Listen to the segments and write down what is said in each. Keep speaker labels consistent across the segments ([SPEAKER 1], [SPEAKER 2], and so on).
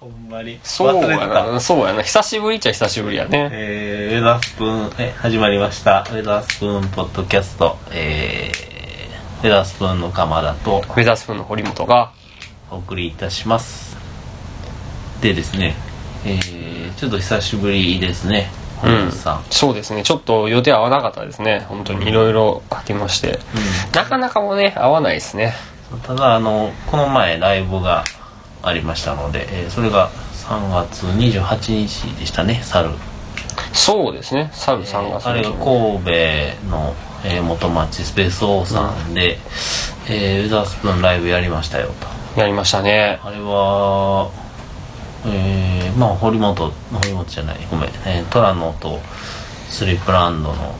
[SPEAKER 1] ほんまに。
[SPEAKER 2] そう
[SPEAKER 1] 忘れ
[SPEAKER 2] や
[SPEAKER 1] てた。
[SPEAKER 2] な。そうやな。久しぶりっちゃ久しぶりやね。
[SPEAKER 1] えー、ウェザースプーン、え、始まりました。ウェザースプーンポッドキャスト。えー、ウェザースプーンの鎌田と
[SPEAKER 2] ウェザースプーンの堀本が、
[SPEAKER 1] お送りいたします。でですね、えー、ちょっと久しぶりですね、
[SPEAKER 2] う
[SPEAKER 1] 本
[SPEAKER 2] ん
[SPEAKER 1] 日さん。うん。。
[SPEAKER 2] そうですね。ちょっと予定合わなかったですね。本当にいろいろありまして。なかなかもね、合わないですね。
[SPEAKER 1] ただあのこの前ライブがありましたので、えーそれが3月28日でしたね猿
[SPEAKER 2] そうですね。サルさんが
[SPEAKER 1] あれが神戸の、えー元町スペース王さんで、えーウザースプーンライブやりましたよと
[SPEAKER 2] やりましたね。
[SPEAKER 1] あれはえーまあ堀本堀本じゃないごめん、えー、トラノとスリップランドの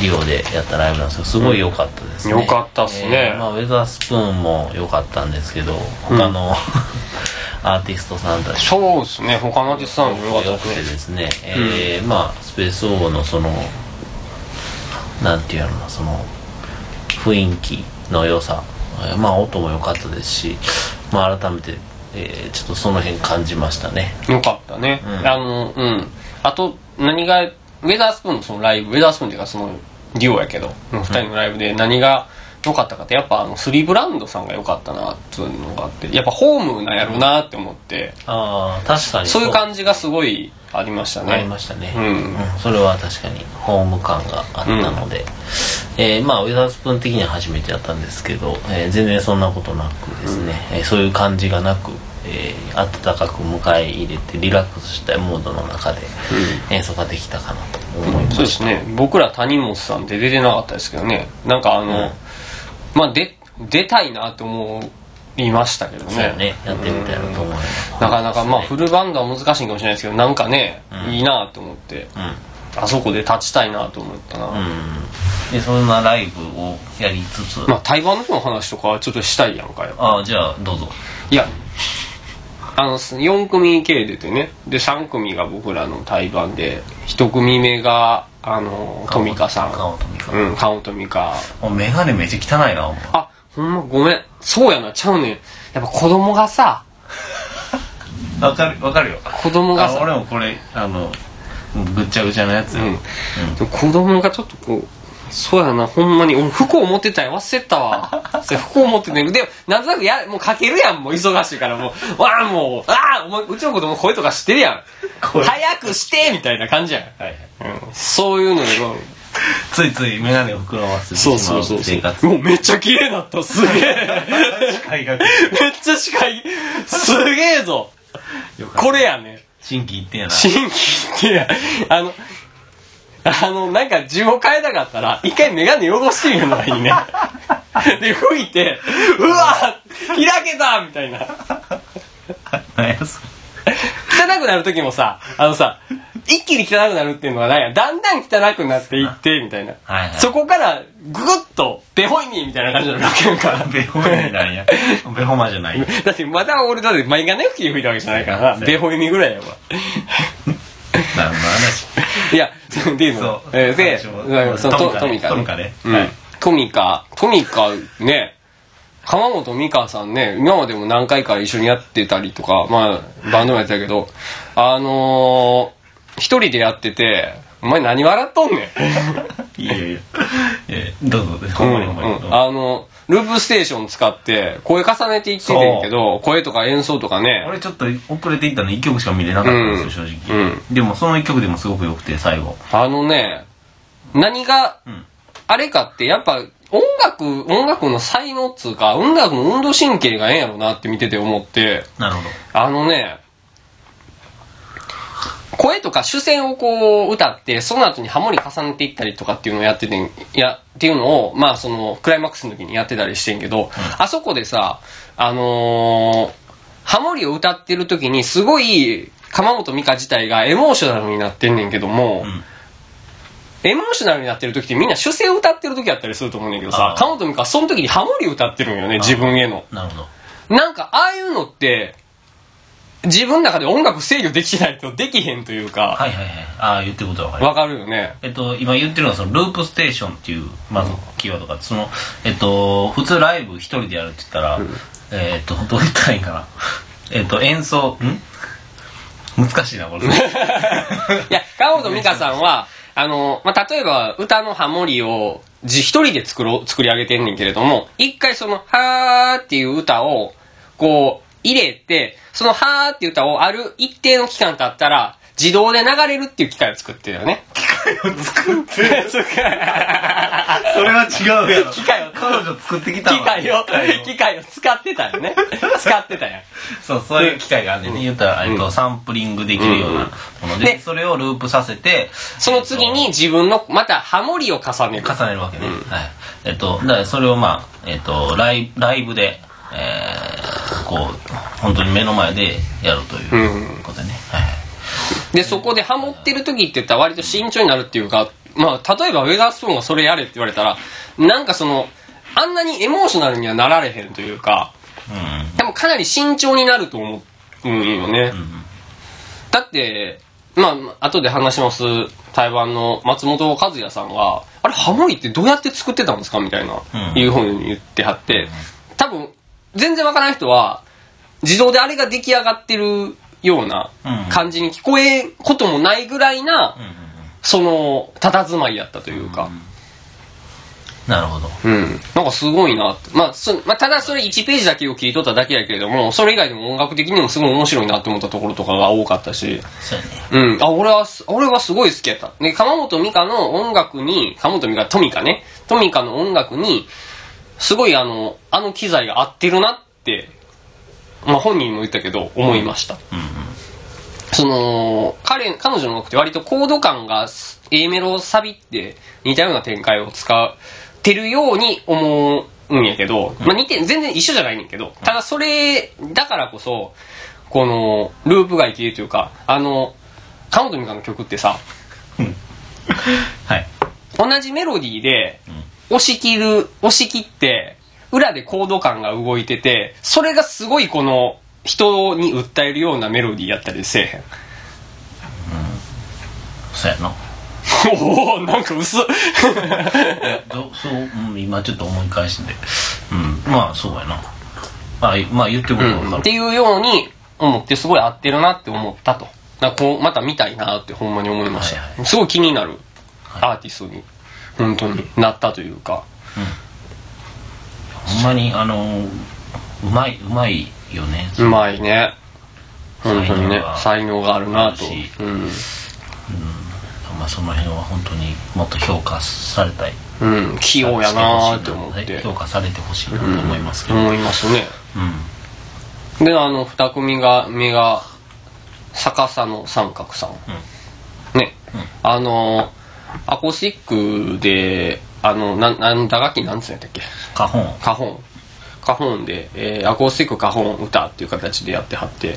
[SPEAKER 1] リオでやったライブなんですけどすごい良かったですね、
[SPEAKER 2] 良かったっすね
[SPEAKER 1] えーまあ、ウェザースプーンも良かったんですけど他の、 アーティストさんたち
[SPEAKER 2] そうですね。他のアーティストさんもよかった
[SPEAKER 1] 良
[SPEAKER 2] で
[SPEAKER 1] くてです
[SPEAKER 2] ね。
[SPEAKER 1] すね、えーまあスペース王のそのなんていうのその雰囲気の良さ、えーまあ音も良かったですし、まあ、改めて、えーちょっとその辺感じましたね
[SPEAKER 2] よかったね。
[SPEAKER 1] ん
[SPEAKER 2] あの、うん。あと、何が、ウェザースプーンのそのライブ、ウェザースプーンっていうかその、デュオやけど、二人のライブで何が良かったかって、やっぱあの、スリーブランドさんが良かったな、っていうのがあって、やっぱホームなんやろうなって思って、
[SPEAKER 1] ああ確かに
[SPEAKER 2] そういう感じがすごいありましたね。
[SPEAKER 1] ありましたね、
[SPEAKER 2] うん
[SPEAKER 1] それは確かにホーム感があったので、えーまあウェザースプーン的には初めてだったんですけど、えー全然そんなことなくですね、えーそういう感じがなく、えー温かく迎え入れてリラックスしたムードの中で演奏ができたかなと思います、
[SPEAKER 2] そうですね僕ら谷本さんって出てなかったですけどねなんかあの、
[SPEAKER 1] うん
[SPEAKER 2] まあで出たいなって思いましたけどね
[SPEAKER 1] そうねやってみたいなと思います、
[SPEAKER 2] なかなかまあフルバンドは難しいかもしれないですけどなんかね、いいなと思って
[SPEAKER 1] うん
[SPEAKER 2] あそこで立ちたいなと思ったな、
[SPEAKER 1] うんでそんなライブをやりつつ、
[SPEAKER 2] まあ台湾の方の話とかはちょっとしたいやんかよ
[SPEAKER 1] ああじゃあどうぞ
[SPEAKER 2] いやあの4組系出てねで3組が僕らの対バンで1組目があのトミカさん
[SPEAKER 1] 顔とみか
[SPEAKER 2] うんカオトミカ
[SPEAKER 1] お眼鏡めっちゃ汚いなお前
[SPEAKER 2] あ、ほんまごめん。そうやな、ちゃうねん。やっぱ子供がさ、
[SPEAKER 1] わかるわかるよ
[SPEAKER 2] 子供が
[SPEAKER 1] あ
[SPEAKER 2] さ、
[SPEAKER 1] 俺もこれあのもうぐっちゃぐちゃのやつ
[SPEAKER 2] う
[SPEAKER 1] よ、
[SPEAKER 2] ん。でも子供がちょっとこう、そうやな、ほんまに。俺、服を持ってたんや忘れてたわ。 それ服を持ってて、でも、なんとなくや、もうかけるやん、もう忙しいから、もう、わあ、もう、ああ、お前、うちの子供声とかしてるやん。
[SPEAKER 1] 声
[SPEAKER 2] 早くしてみたいな感じやん。
[SPEAKER 1] はいはい
[SPEAKER 2] うん。そういうので、こう
[SPEAKER 1] ついつい眼鏡を膨らませてし
[SPEAKER 2] そう
[SPEAKER 1] ま
[SPEAKER 2] そううそうそ
[SPEAKER 1] 生
[SPEAKER 2] う。
[SPEAKER 1] 活
[SPEAKER 2] もうめっちゃ綺麗になった、すげえ。
[SPEAKER 1] 改革
[SPEAKER 2] めっちゃ視界、すげえぞ。これやねん。
[SPEAKER 1] 新規一点やな
[SPEAKER 2] 新規ってや、あの、あの、なんか字を変えたかったら、一回メガネ汚してみるのがい いね。で、吹いて、うわ開けたみたいな。
[SPEAKER 1] 何やそ
[SPEAKER 2] 汚くなる時もさ、あのさ、一気に汚くなるっていうのはないやん。だんだん汚くなっていって、みたいな。
[SPEAKER 1] はいはい
[SPEAKER 2] そこから、ぐぐっと、ベホイミーみたいな感じになるわけやんか。
[SPEAKER 1] れベホマなんやベホマじゃない
[SPEAKER 2] だって、また俺だって、前がね、吹き吹いたわけじゃないからな。ベホイミーぐらいやわ。
[SPEAKER 1] 何の話
[SPEAKER 2] いや、でいう
[SPEAKER 1] そ
[SPEAKER 2] の
[SPEAKER 1] う、
[SPEAKER 2] えーで、
[SPEAKER 1] 最初
[SPEAKER 2] うんそう
[SPEAKER 1] ト
[SPEAKER 2] ト
[SPEAKER 1] ミカねト
[SPEAKER 2] トミカ。
[SPEAKER 1] ミカね
[SPEAKER 2] うん
[SPEAKER 1] はい
[SPEAKER 2] トミカ、トミカね、浜本美香さんね、今までも何回か一緒にやってたりとか、まあ、バンドもやってたけど、あのー、一人でやってて、お前何笑っとんねん。
[SPEAKER 1] いやいやいやえどうぞほんまにほんまに、
[SPEAKER 2] うんうんあの、ループステーション使って、声重ねていっててんけど、声とか演奏とかね、
[SPEAKER 1] 俺ちょっと遅れていったの1曲しか見れなかったんですよ、
[SPEAKER 2] うん
[SPEAKER 1] 正直、でもその1曲でもすごく良くて最後
[SPEAKER 2] あのね、何が、
[SPEAKER 1] ん
[SPEAKER 2] あれかって、やっぱ、音楽、音楽の才能っつうか、音楽の運動神経がええんやろなって見てて思って、
[SPEAKER 1] なるほど
[SPEAKER 2] あのね、声とか主戦をこう歌って、その後にハモリ重ねていったりとかっていうのをやっててん、や、っていうのを、まあその、クライマックスの時にやってたりしてんけど、あそこでさ、あのーハモリを歌ってる時にすごい、鎌本美香自体がエモーショナルになってんねんけども、
[SPEAKER 1] ん
[SPEAKER 2] エモーショナルになってる時ってみんな主戦を歌ってる時やったりすると思うねんだけど
[SPEAKER 1] あ
[SPEAKER 2] さ
[SPEAKER 1] ー、
[SPEAKER 2] 鎌本美香はその時にハモリを歌ってるんよね、自分への。
[SPEAKER 1] なるほど
[SPEAKER 2] なんか、ああいうのって、自分の中で音楽制御できないとできへんというか、
[SPEAKER 1] はいはいはいああ言ってることは分かります
[SPEAKER 2] わかるよね。
[SPEAKER 1] えっと、今言ってるのはそのループステーションっていう、まずキーワードがあってその、えっと、普通ライブ一人でやるって言ったら、えっと、どう言ったらいいんかな。えっと、演奏、ん難しいな、 これ。
[SPEAKER 2] いや、川本美香さんは、あの、まあ、例えば、歌のハモリを、じ、一人で作ろう、作り上げてんねんけれども、一回その、はーっていう歌を、こう、入れて、そのはーっていう歌をある一定の期間経ったら、自動で流れるっていう機械を作ってるよね。
[SPEAKER 1] 作ってる。
[SPEAKER 2] そうか
[SPEAKER 1] それは違うやろ。
[SPEAKER 2] 機械を
[SPEAKER 1] 彼女作ってきたわ
[SPEAKER 2] 機械を
[SPEAKER 1] 機械、を
[SPEAKER 2] 機械を使ってたよね。使ってたよ。
[SPEAKER 1] そう、そういう機械があってね、言ったら、えっと、サンプリングできるようなもの
[SPEAKER 2] で
[SPEAKER 1] で、それをループさせて、
[SPEAKER 2] その次に自分の、またハモリを重ねる。
[SPEAKER 1] 重ねるわけね。はい。えっと、だからそれをまあ、えっと、ライライブで、えー、こう、本当に目の前でやるということでね。はい。
[SPEAKER 2] で、そこでハモってる時って言ったら割と慎重になるっていうか、まあ、例えばウェザースプーンがそれやれって言われたら、なんかその、あんなにエモーショナルにはなられへんというか、
[SPEAKER 1] うん。
[SPEAKER 2] 多分かなり慎重になると思うんよね。だって、まあ、後で話します台湾の松本和也さんは、あれハモリってどうやって作ってたんですかみたいな、
[SPEAKER 1] うん
[SPEAKER 2] いうふうに言ってはって、多分、全然わからない人は、自動であれが出来上がってるような
[SPEAKER 1] うん
[SPEAKER 2] 感じに聞こえんこともないぐらいな、
[SPEAKER 1] うんうんうん
[SPEAKER 2] その、佇まいやったというか。
[SPEAKER 1] なるほど。
[SPEAKER 2] うん。なんかすごいなって。まあ、そまあ、ただそれ1ページだけを切り取っただけやけれども、それ以外でも音楽的にもすごい面白いなって思ったところとかが多かったし、
[SPEAKER 1] そうやね。
[SPEAKER 2] うん。あ、俺はす、俺はすごい好きやった。で、鎌本美香の音楽に、鎌本美香、トミカね。トミカの音楽に、すごいあの、あの機材が合ってるなって、まあ本人も言ったけど、思いました。その、彼、彼女の音楽って割とコード感が A メロサビって似たような展開を使ってるように思うんやけど、まあ似て、全然一緒じゃないねんけど、ただそれだからこそ、この、ループが生きるというか、あの、カモトミカの曲ってさ、
[SPEAKER 1] はい。
[SPEAKER 2] 同じメロディーで、押し切る、押し切って、裏でコード感が動いてて、それがすごいこの、人に訴えるようなメロディーやったりせえへん。
[SPEAKER 1] そうやな。
[SPEAKER 2] おおなんか薄っ
[SPEAKER 1] どそう、うん、今ちょっと思い返してて。うん。まあ、そうやな。まあ、いまあ、言ってもらう
[SPEAKER 2] っ
[SPEAKER 1] か
[SPEAKER 2] て
[SPEAKER 1] る。
[SPEAKER 2] いうように思ってすごい合ってるなって思ったとなんかこうまた見たいなってほんまに思いました、
[SPEAKER 1] はい
[SPEAKER 2] すごい気になるアーティストに本当になったというか
[SPEAKER 1] ほんまに、あのー、うまい、うまいよね。
[SPEAKER 2] うまいね本当にね才
[SPEAKER 1] 才
[SPEAKER 2] 能があるなと
[SPEAKER 1] 素晴らしい
[SPEAKER 2] うん
[SPEAKER 1] まあ、その辺は本当にもっと評価されたい。
[SPEAKER 2] うん、器用やなーって思って、
[SPEAKER 1] 評価されてほしいなと思いますけど。うん。
[SPEAKER 2] 思いますねであの二組が目が逆さの三角さん、ね、あのアコースティックであのなんなん打楽器なんつうんやったっけ
[SPEAKER 1] 花本。
[SPEAKER 2] 花本花本で、えーアコースティック花本歌っていう形でやってはって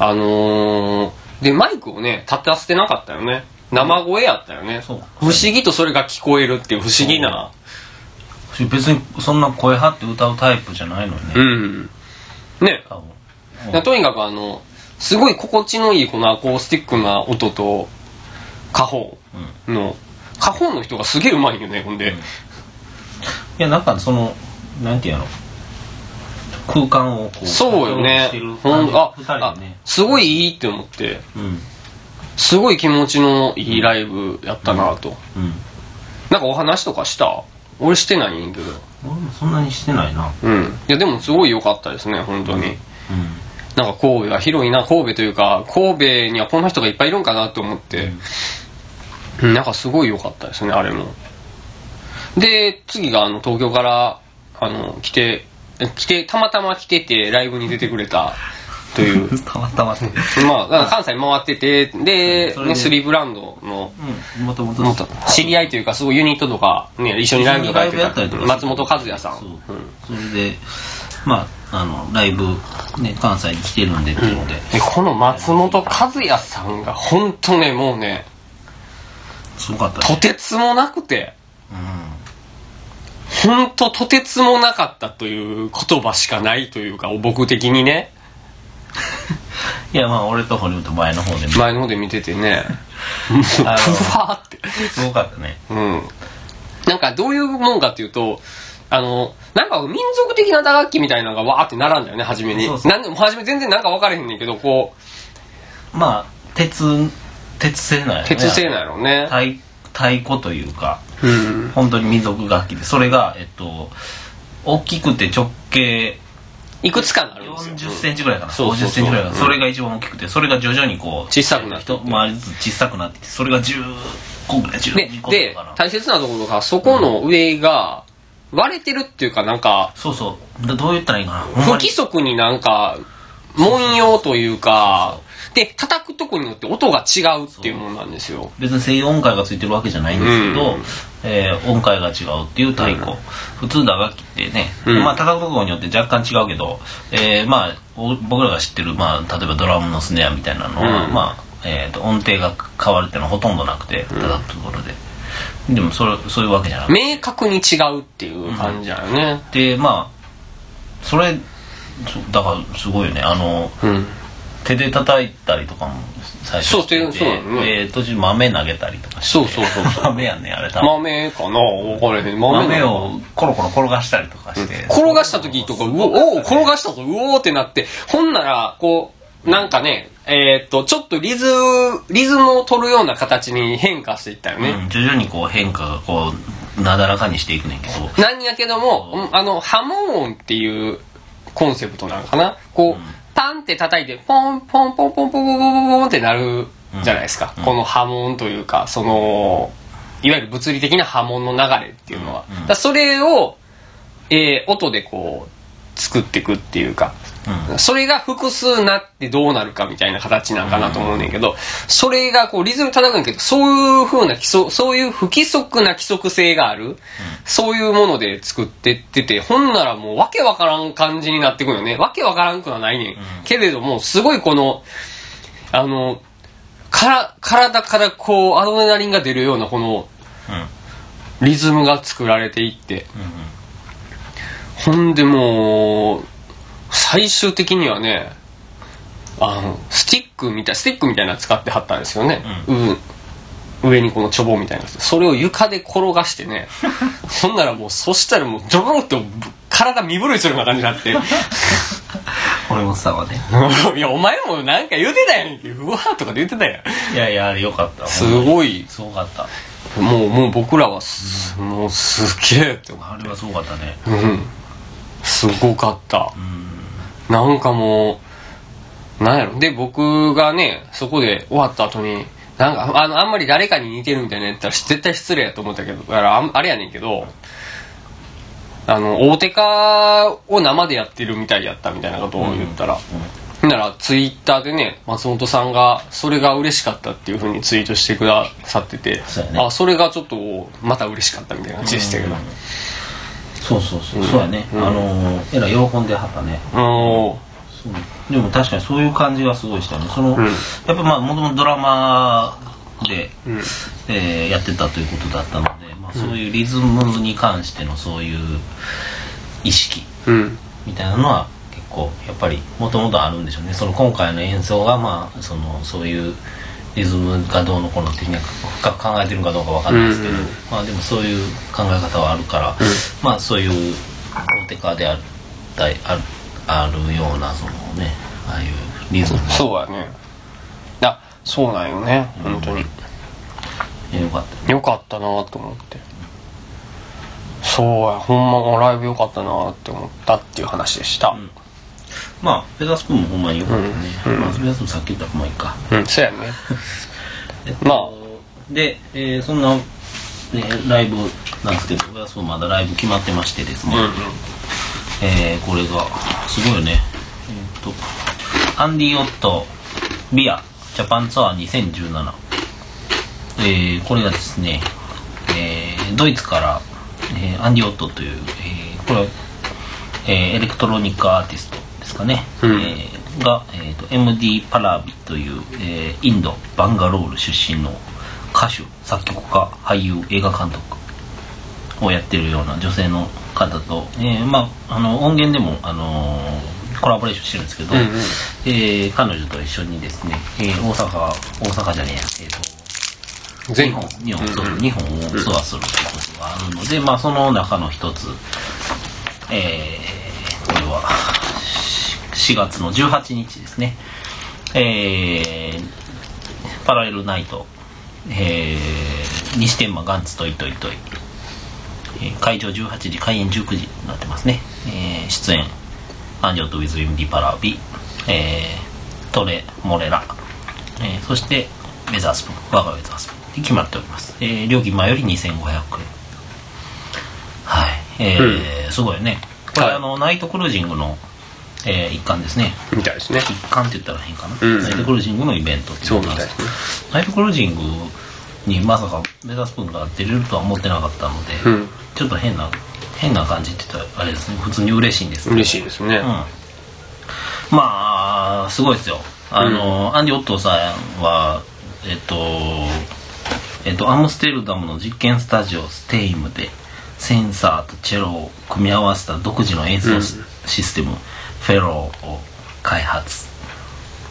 [SPEAKER 2] あのー、でマイクをね立たせてなかったよね生声やったよね、
[SPEAKER 1] そう
[SPEAKER 2] 不思議とそれが聞こえるっていう不思議な
[SPEAKER 1] 別にそんな声張って歌うタイプじゃないのに
[SPEAKER 2] う
[SPEAKER 1] ね。
[SPEAKER 2] んね
[SPEAKER 1] 多分
[SPEAKER 2] だからとにかくあのすごい心地のいいこのアコースティックな音と花本の、花本の人がすげえうまいよねほんで、
[SPEAKER 1] いや、なんかその、なんていうの空間をこう、
[SPEAKER 2] そうよね
[SPEAKER 1] してる
[SPEAKER 2] ほ
[SPEAKER 1] 感
[SPEAKER 2] ん
[SPEAKER 1] じ
[SPEAKER 2] あ
[SPEAKER 1] 二人
[SPEAKER 2] あ
[SPEAKER 1] でね。
[SPEAKER 2] すごいいいって思って
[SPEAKER 1] うん。
[SPEAKER 2] すごい気持ちのいいライブやったなと、
[SPEAKER 1] うん。
[SPEAKER 2] なんかお話とかした俺してないんやけど
[SPEAKER 1] 俺もそんなにしてないな。
[SPEAKER 2] うんいやでもすごい良かったですね本当に、
[SPEAKER 1] うん。
[SPEAKER 2] なんか神戸は広いな神戸というか神戸にはこんな人がいっぱいいるんかなと思って、うんなんかすごい良かったですねあれもで次があの東京からあの来てえ来てたまたま来ててライブに出てくれたという
[SPEAKER 1] たまた まね。
[SPEAKER 2] まあだから関西回っててで、
[SPEAKER 1] それで
[SPEAKER 2] ね、スリーブランドの
[SPEAKER 1] うん。もともと。
[SPEAKER 2] 知り合いというかすごいユニットとか、ね、一緒にライブとかや
[SPEAKER 1] や
[SPEAKER 2] っ
[SPEAKER 1] った
[SPEAKER 2] て
[SPEAKER 1] りと
[SPEAKER 2] た
[SPEAKER 1] か
[SPEAKER 2] 松本和也さん
[SPEAKER 1] そう、それでまああのライブね関西に来てるんでっていうので、
[SPEAKER 2] でこの松本和也さんが本当ねもうね
[SPEAKER 1] すごかった
[SPEAKER 2] と
[SPEAKER 1] ね
[SPEAKER 2] てつもなくて
[SPEAKER 1] う
[SPEAKER 2] 本当とてつもなかったという言葉しかないというか僕的にね
[SPEAKER 1] んいやまあ俺と堀本前の方でも
[SPEAKER 2] 前の方で見ててねもうふ
[SPEAKER 1] あの
[SPEAKER 2] わーって
[SPEAKER 1] すごかったね
[SPEAKER 2] うんなんかどういうもんかっていうとあのなんか民族的な打楽器みたいなのがわーって並んだよね初めに
[SPEAKER 1] そうそう
[SPEAKER 2] なんでも初め全然なんか分からへんねんけどこう
[SPEAKER 1] まあ鉄鉄製なんやね
[SPEAKER 2] 鉄製なんやろうね。
[SPEAKER 1] 太太鼓というか
[SPEAKER 2] うん。
[SPEAKER 1] 本当に民族楽器でそれがえっと大きくて直径
[SPEAKER 2] いくつかなるんですよ。
[SPEAKER 1] 40センチぐらいかな、
[SPEAKER 2] そうそう
[SPEAKER 1] 50セ
[SPEAKER 2] そう
[SPEAKER 1] ンチぐらいかな、
[SPEAKER 2] うん
[SPEAKER 1] それが一番大きくてそれが徐々にこう
[SPEAKER 2] 小さくなって
[SPEAKER 1] 一回りずつ小さくなってきてそれが10個ぐらい
[SPEAKER 2] で
[SPEAKER 1] 12個、と
[SPEAKER 2] で
[SPEAKER 1] かか、な
[SPEAKER 2] 大切なところが、そこの上が、割れてるっていうか、なんか、
[SPEAKER 1] そうそうだどう言ったらいいかなほん
[SPEAKER 2] 不
[SPEAKER 1] まに
[SPEAKER 2] 規則になんか、文様というか、で、叩くとこによって音が違うっていうもんなんですよ。
[SPEAKER 1] 別に西洋音階がついてるわけじゃないんですけど、
[SPEAKER 2] うん
[SPEAKER 1] えー音階が違うっていう太鼓、普通打楽器ってね、
[SPEAKER 2] うん
[SPEAKER 1] まあ叩くところによって若干違うけど、えーまあお僕らが知ってる、まあ、例えばドラムのスネアみたいなのは、
[SPEAKER 2] うん
[SPEAKER 1] まあえー、と音程が変わるっていうのはほとんどなくて叩くところで、でもそれそういうわけじゃなくて
[SPEAKER 2] 明確に違うっていう感じだよね。
[SPEAKER 1] でまあそれそだからすごいよねあの
[SPEAKER 2] うん。
[SPEAKER 1] 手で叩いたりとかも最初して
[SPEAKER 2] そう手そうなのね
[SPEAKER 1] えー途中豆投げたりとかして
[SPEAKER 2] そうそうそうそう
[SPEAKER 1] 豆やねあれ 多分
[SPEAKER 2] 豆かなわかれへん。豆な
[SPEAKER 1] 豆
[SPEAKER 2] のかな
[SPEAKER 1] をコロコロ転がしたりとかして、
[SPEAKER 2] 転がした時とか、うお、おう転がしたぞ、うおーってなって、ほんなら、こう、なんかね、えーっと、ちょっとリズム、リズムを取るような形に変化していったよね。
[SPEAKER 1] うん徐々にこう変化がこうなだらかにしていくねんけど
[SPEAKER 2] なんやけども、うんあの、波紋音っていうコンセプトなのかなこう、パンって叩いて、ポンポンポンポンポンポンポンポンポンってなるじゃないですか。この波紋というか、その、いわゆる物理的な波紋の流れっていうのは。
[SPEAKER 1] うんうん
[SPEAKER 2] だからそれを、えー音でこう、作っていくっていうか、
[SPEAKER 1] うん
[SPEAKER 2] それが複数なってどうなるかみたいな形なんかなと思うねんけど、それがこうリズム叩くんやけど、そういう風な規則、そういう不規則な規則性がある、そういうもので作ってってて、ほんならもうわけわからん感じになってくるよね。わけわからんくはないねん。けれども、すごいこの、あの、から、体からこうアドレナリンが出るようなこのリズムが作られていって、
[SPEAKER 1] うんうん
[SPEAKER 2] ほんでもう、最終的にはね、あの、スティックみたい、スティックみたいなの使ってはったんですよね。うん上にこのちょぼみたいなやつそれを床で転がして ね。ほんならもう、そしたらもう、ジョボンって体身震いするような感じになって。
[SPEAKER 1] 堀本さんはね
[SPEAKER 2] いや、お前もなんか言うてたやんけ。うわーとかで言ってたやん。
[SPEAKER 1] いやいやあれよかった
[SPEAKER 2] す
[SPEAKER 1] ほんます
[SPEAKER 2] ごい。
[SPEAKER 1] すごかった
[SPEAKER 2] もう、もう僕らはす、もうすげえって思う
[SPEAKER 1] あれはすごかったね
[SPEAKER 2] うんすごかった
[SPEAKER 1] うん
[SPEAKER 2] なんかもうなんやろで僕がねそこで終わった後になんかあのあんまり誰かに似てるみたいなやったら絶対失礼やと思ったけどだからああれやねんけどあの大手化を生でやってるみたいやったみたいなことを言ったら、ほんならツイッターでね松本さんがそれが嬉しかったっていうふうにツイートしてくださってて
[SPEAKER 1] そうやね
[SPEAKER 2] あそれがちょっとまた嬉しかったみたいな感じでしたけど、
[SPEAKER 1] そうそうそう、そうやね、あのーえらい喜んではったね
[SPEAKER 2] もう
[SPEAKER 1] そうでも確かにそういう感じがすごいしたねその、
[SPEAKER 2] ん
[SPEAKER 1] やっぱまあもともとドラマで、
[SPEAKER 2] ん
[SPEAKER 1] えーやってたということだったので、まあ、そういうリズムに関してのそういう意識
[SPEAKER 2] うん
[SPEAKER 1] みたいなのは結構やっぱりもともとあるんでしょうねその今回の演奏がまあそのそういうリズムがどうのこうのってなんか深く考えてるのかどうかわかんないですけど、
[SPEAKER 2] うんうん
[SPEAKER 1] まあでもそういう考え方はあるから、まあそういう大手化であるだいあるあるようなそのねああいうリズム
[SPEAKER 2] そうやねあそうなんよね本当に
[SPEAKER 1] がよかった
[SPEAKER 2] よかったなと思ってそうやほんまライブよかったなって思ったっていう話でしたうん
[SPEAKER 1] ん、まあフェザースプーンもほんまによかったね、
[SPEAKER 2] うん
[SPEAKER 1] まあ、フェザースプーンさっき言ったらまあいいか
[SPEAKER 2] そう やね
[SPEAKER 1] えっ
[SPEAKER 2] ま
[SPEAKER 1] で、えーそんな、ね、ライブなんですけど僕はそうまだライブ決まってましてですね、
[SPEAKER 2] うんうん
[SPEAKER 1] えーこれがすごいよねえーっとアンディ・オットビアジャパンツアー2017、えーこれがですね、えードイツから、えーアンディ・オットという、えーこれは、えーエレクトロニックアーティストですかね、
[SPEAKER 2] うん
[SPEAKER 1] えーが、えーと MD パラビという、えーインドバンガロール出身の歌手作曲家俳優映画監督をやってるような女性の方と、えーまあ、あの音源でも、あのーコラボレーションしてるんですけど、
[SPEAKER 2] うんうん
[SPEAKER 1] えー彼女と一緒にですね、えー大阪大阪じゃねえや、えーと
[SPEAKER 2] 全
[SPEAKER 1] 本
[SPEAKER 2] 国
[SPEAKER 1] 日本そう日本をツアーするということがあるので、まあ、その中の一つ、えー、これはし4月の18日ですね、えー、パラレルナイト」えー「西天満ガンツトイトイトイ」えー会場18時開演19時になってますね、えー出演アンジョとウィズ・ウィン・ディ・パラビ、えートレ・モレラ、えーそしてウェザースプーン我がウェザースプーンに決まっております、えー料金前より2500円はいえーすごいねこれ、
[SPEAKER 2] はい
[SPEAKER 1] あのナイトクルージングの、えー一環ですね
[SPEAKER 2] みたいですね
[SPEAKER 1] 一環って言ったら変かな、
[SPEAKER 2] うん
[SPEAKER 1] ナイトクルージングのイベントって
[SPEAKER 2] そう
[SPEAKER 1] こ
[SPEAKER 2] み
[SPEAKER 1] と
[SPEAKER 2] た
[SPEAKER 1] ないん
[SPEAKER 2] で
[SPEAKER 1] ですす
[SPEAKER 2] ね
[SPEAKER 1] ナイトクルージングにまさかメザスプーンが出れるとは思ってなかったので、
[SPEAKER 2] うん
[SPEAKER 1] ちょっと変な変な感じって言ったらあれですね普通に嬉しいんですけど
[SPEAKER 2] 嬉しいですね、
[SPEAKER 1] うん、まあすごいですよあの、アンディ・オットーさんはえっとえっとアムステルダムの実験スタジオステイムでセンサーとチェロを組み合わせた独自の演奏シシステム、フェローを開発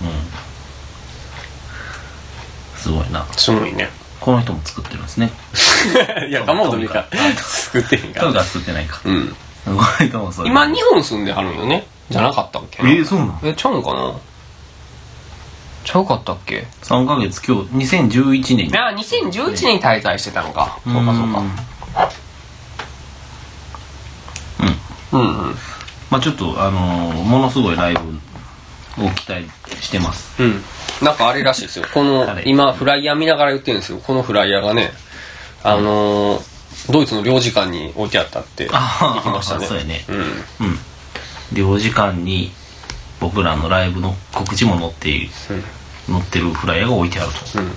[SPEAKER 1] うんすごいな
[SPEAKER 2] すごいね
[SPEAKER 1] この人も作ってるんですね
[SPEAKER 2] いやガモードミカ作ってへんか
[SPEAKER 1] 人
[SPEAKER 2] ら
[SPEAKER 1] が作ってないか
[SPEAKER 2] う、ん
[SPEAKER 1] この人もそう
[SPEAKER 2] 今日本住んではるんよねじゃなかったっけ
[SPEAKER 1] えーそうなの
[SPEAKER 2] えちゃうんかなちゃうかったっけ
[SPEAKER 1] 3ヶ月今日2011年に
[SPEAKER 2] あ2011年に滞在してたのかそう
[SPEAKER 1] そうか
[SPEAKER 2] かそ
[SPEAKER 1] そうう
[SPEAKER 2] か
[SPEAKER 1] か
[SPEAKER 2] うんうん
[SPEAKER 1] まあちょっとあのーものすごいライブを期待してます
[SPEAKER 2] うん。なんかあれらしいですよ。この、
[SPEAKER 1] 誰
[SPEAKER 2] 今、フライヤー見ながら言ってるんですよ。このフライヤーがね、あのードイツの領事館に置いてあったって、
[SPEAKER 1] あ
[SPEAKER 2] 聞きましたね。
[SPEAKER 1] そうやね
[SPEAKER 2] うん。
[SPEAKER 1] うんでお時間に僕らのライブの告知も載っている、載ってるフライヤーが置いてあると、
[SPEAKER 2] うん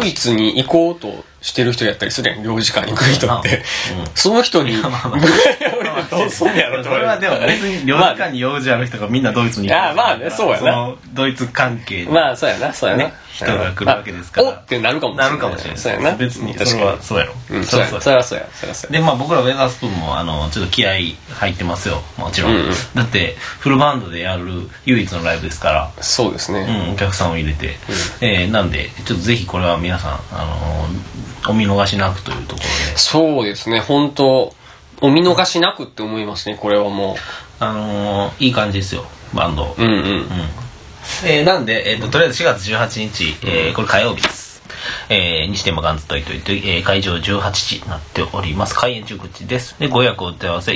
[SPEAKER 2] ドイツに行こうとしてる人やったりするやん、領事館に行く人って
[SPEAKER 1] うん。
[SPEAKER 2] その人に、ブラ
[SPEAKER 1] まあまあ
[SPEAKER 2] イヤーどう すんやろって
[SPEAKER 1] それはでも別に両時間に用事ある人がみんなドイツに行く
[SPEAKER 2] ああまあねそうやな
[SPEAKER 1] そのドイツ関係の
[SPEAKER 2] まあ、そうやな、そうやな
[SPEAKER 1] ね。人が来るわけですから
[SPEAKER 2] あおってなるかもしれな。
[SPEAKER 1] ないるかもしれない
[SPEAKER 2] そうやな。
[SPEAKER 1] 別に
[SPEAKER 2] 確
[SPEAKER 1] それ
[SPEAKER 2] か
[SPEAKER 1] はそうやろ、
[SPEAKER 2] に。うん、そうや、それはそうや、それはそうや。
[SPEAKER 1] でまあ僕らウェザースプーンもあのちょっと気合い入ってますよもちろん、
[SPEAKER 2] うんうん
[SPEAKER 1] だってフルバンドでやる唯一のライブですから
[SPEAKER 2] そうです
[SPEAKER 1] う
[SPEAKER 2] ね。
[SPEAKER 1] ん、お客さんを入れて、えーなんでちょっとぜひこれは皆さん、あのーお見逃しなくというところで
[SPEAKER 2] そうですね、本当お見逃しなくって思いますね、これはもう。
[SPEAKER 1] あのーいい感じですよバンド、
[SPEAKER 2] うんうん。
[SPEAKER 1] えーなんで、えーととりあえず4月18日、えーこれ火曜日ですえー、西天満ガンズといといとい、えー会場18時になっております開演19時ですでご予約お問い合わせ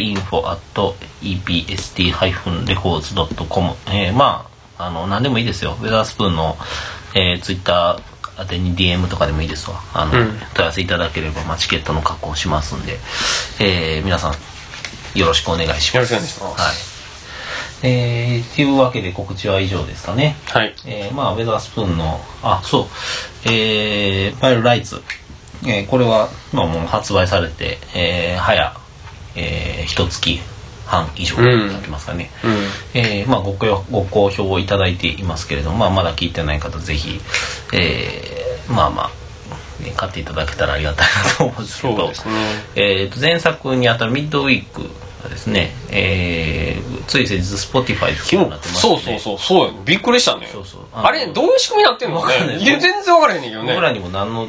[SPEAKER 1] info.epst-records.com、えー、まああの何でもいいですよウェザースプーンの、えー、ツイッター宛てに DM とかでもいいですわあの、
[SPEAKER 2] うん
[SPEAKER 1] 問い合わせいただければ、まあ、チケットの確保をしますんで、えー皆さんよろしくお願いします
[SPEAKER 2] よろしくお願いします
[SPEAKER 1] はいえー、というわけで告知は以上ですかね
[SPEAKER 2] はい。
[SPEAKER 1] えーまあウェザースプーンのあそうえー、パイルライツ、えーこれは、まあ、もう発売されて、えー、早えー、一月半以上になってますかね、
[SPEAKER 2] うん。
[SPEAKER 1] えーまあ、ご好ご好評をいただいていますけれども、まあ、まだ聞いてない方ぜひ、えーまあまあね買っていただけたらありがたいなと思うんですけ
[SPEAKER 2] そう
[SPEAKER 1] ど
[SPEAKER 2] ですね
[SPEAKER 1] えーと前作にあたるミッドウィークがですね、えーつい先日 Spotify で聞くようになってます
[SPEAKER 2] そうそうそう、そうやねびっくりしたね。
[SPEAKER 1] そうそうあの
[SPEAKER 2] あれ、どういう仕組みになってんの
[SPEAKER 1] わかんない
[SPEAKER 2] ねいや、全然わからへんねんけど
[SPEAKER 1] 僕ら
[SPEAKER 2] ね。
[SPEAKER 1] にも何の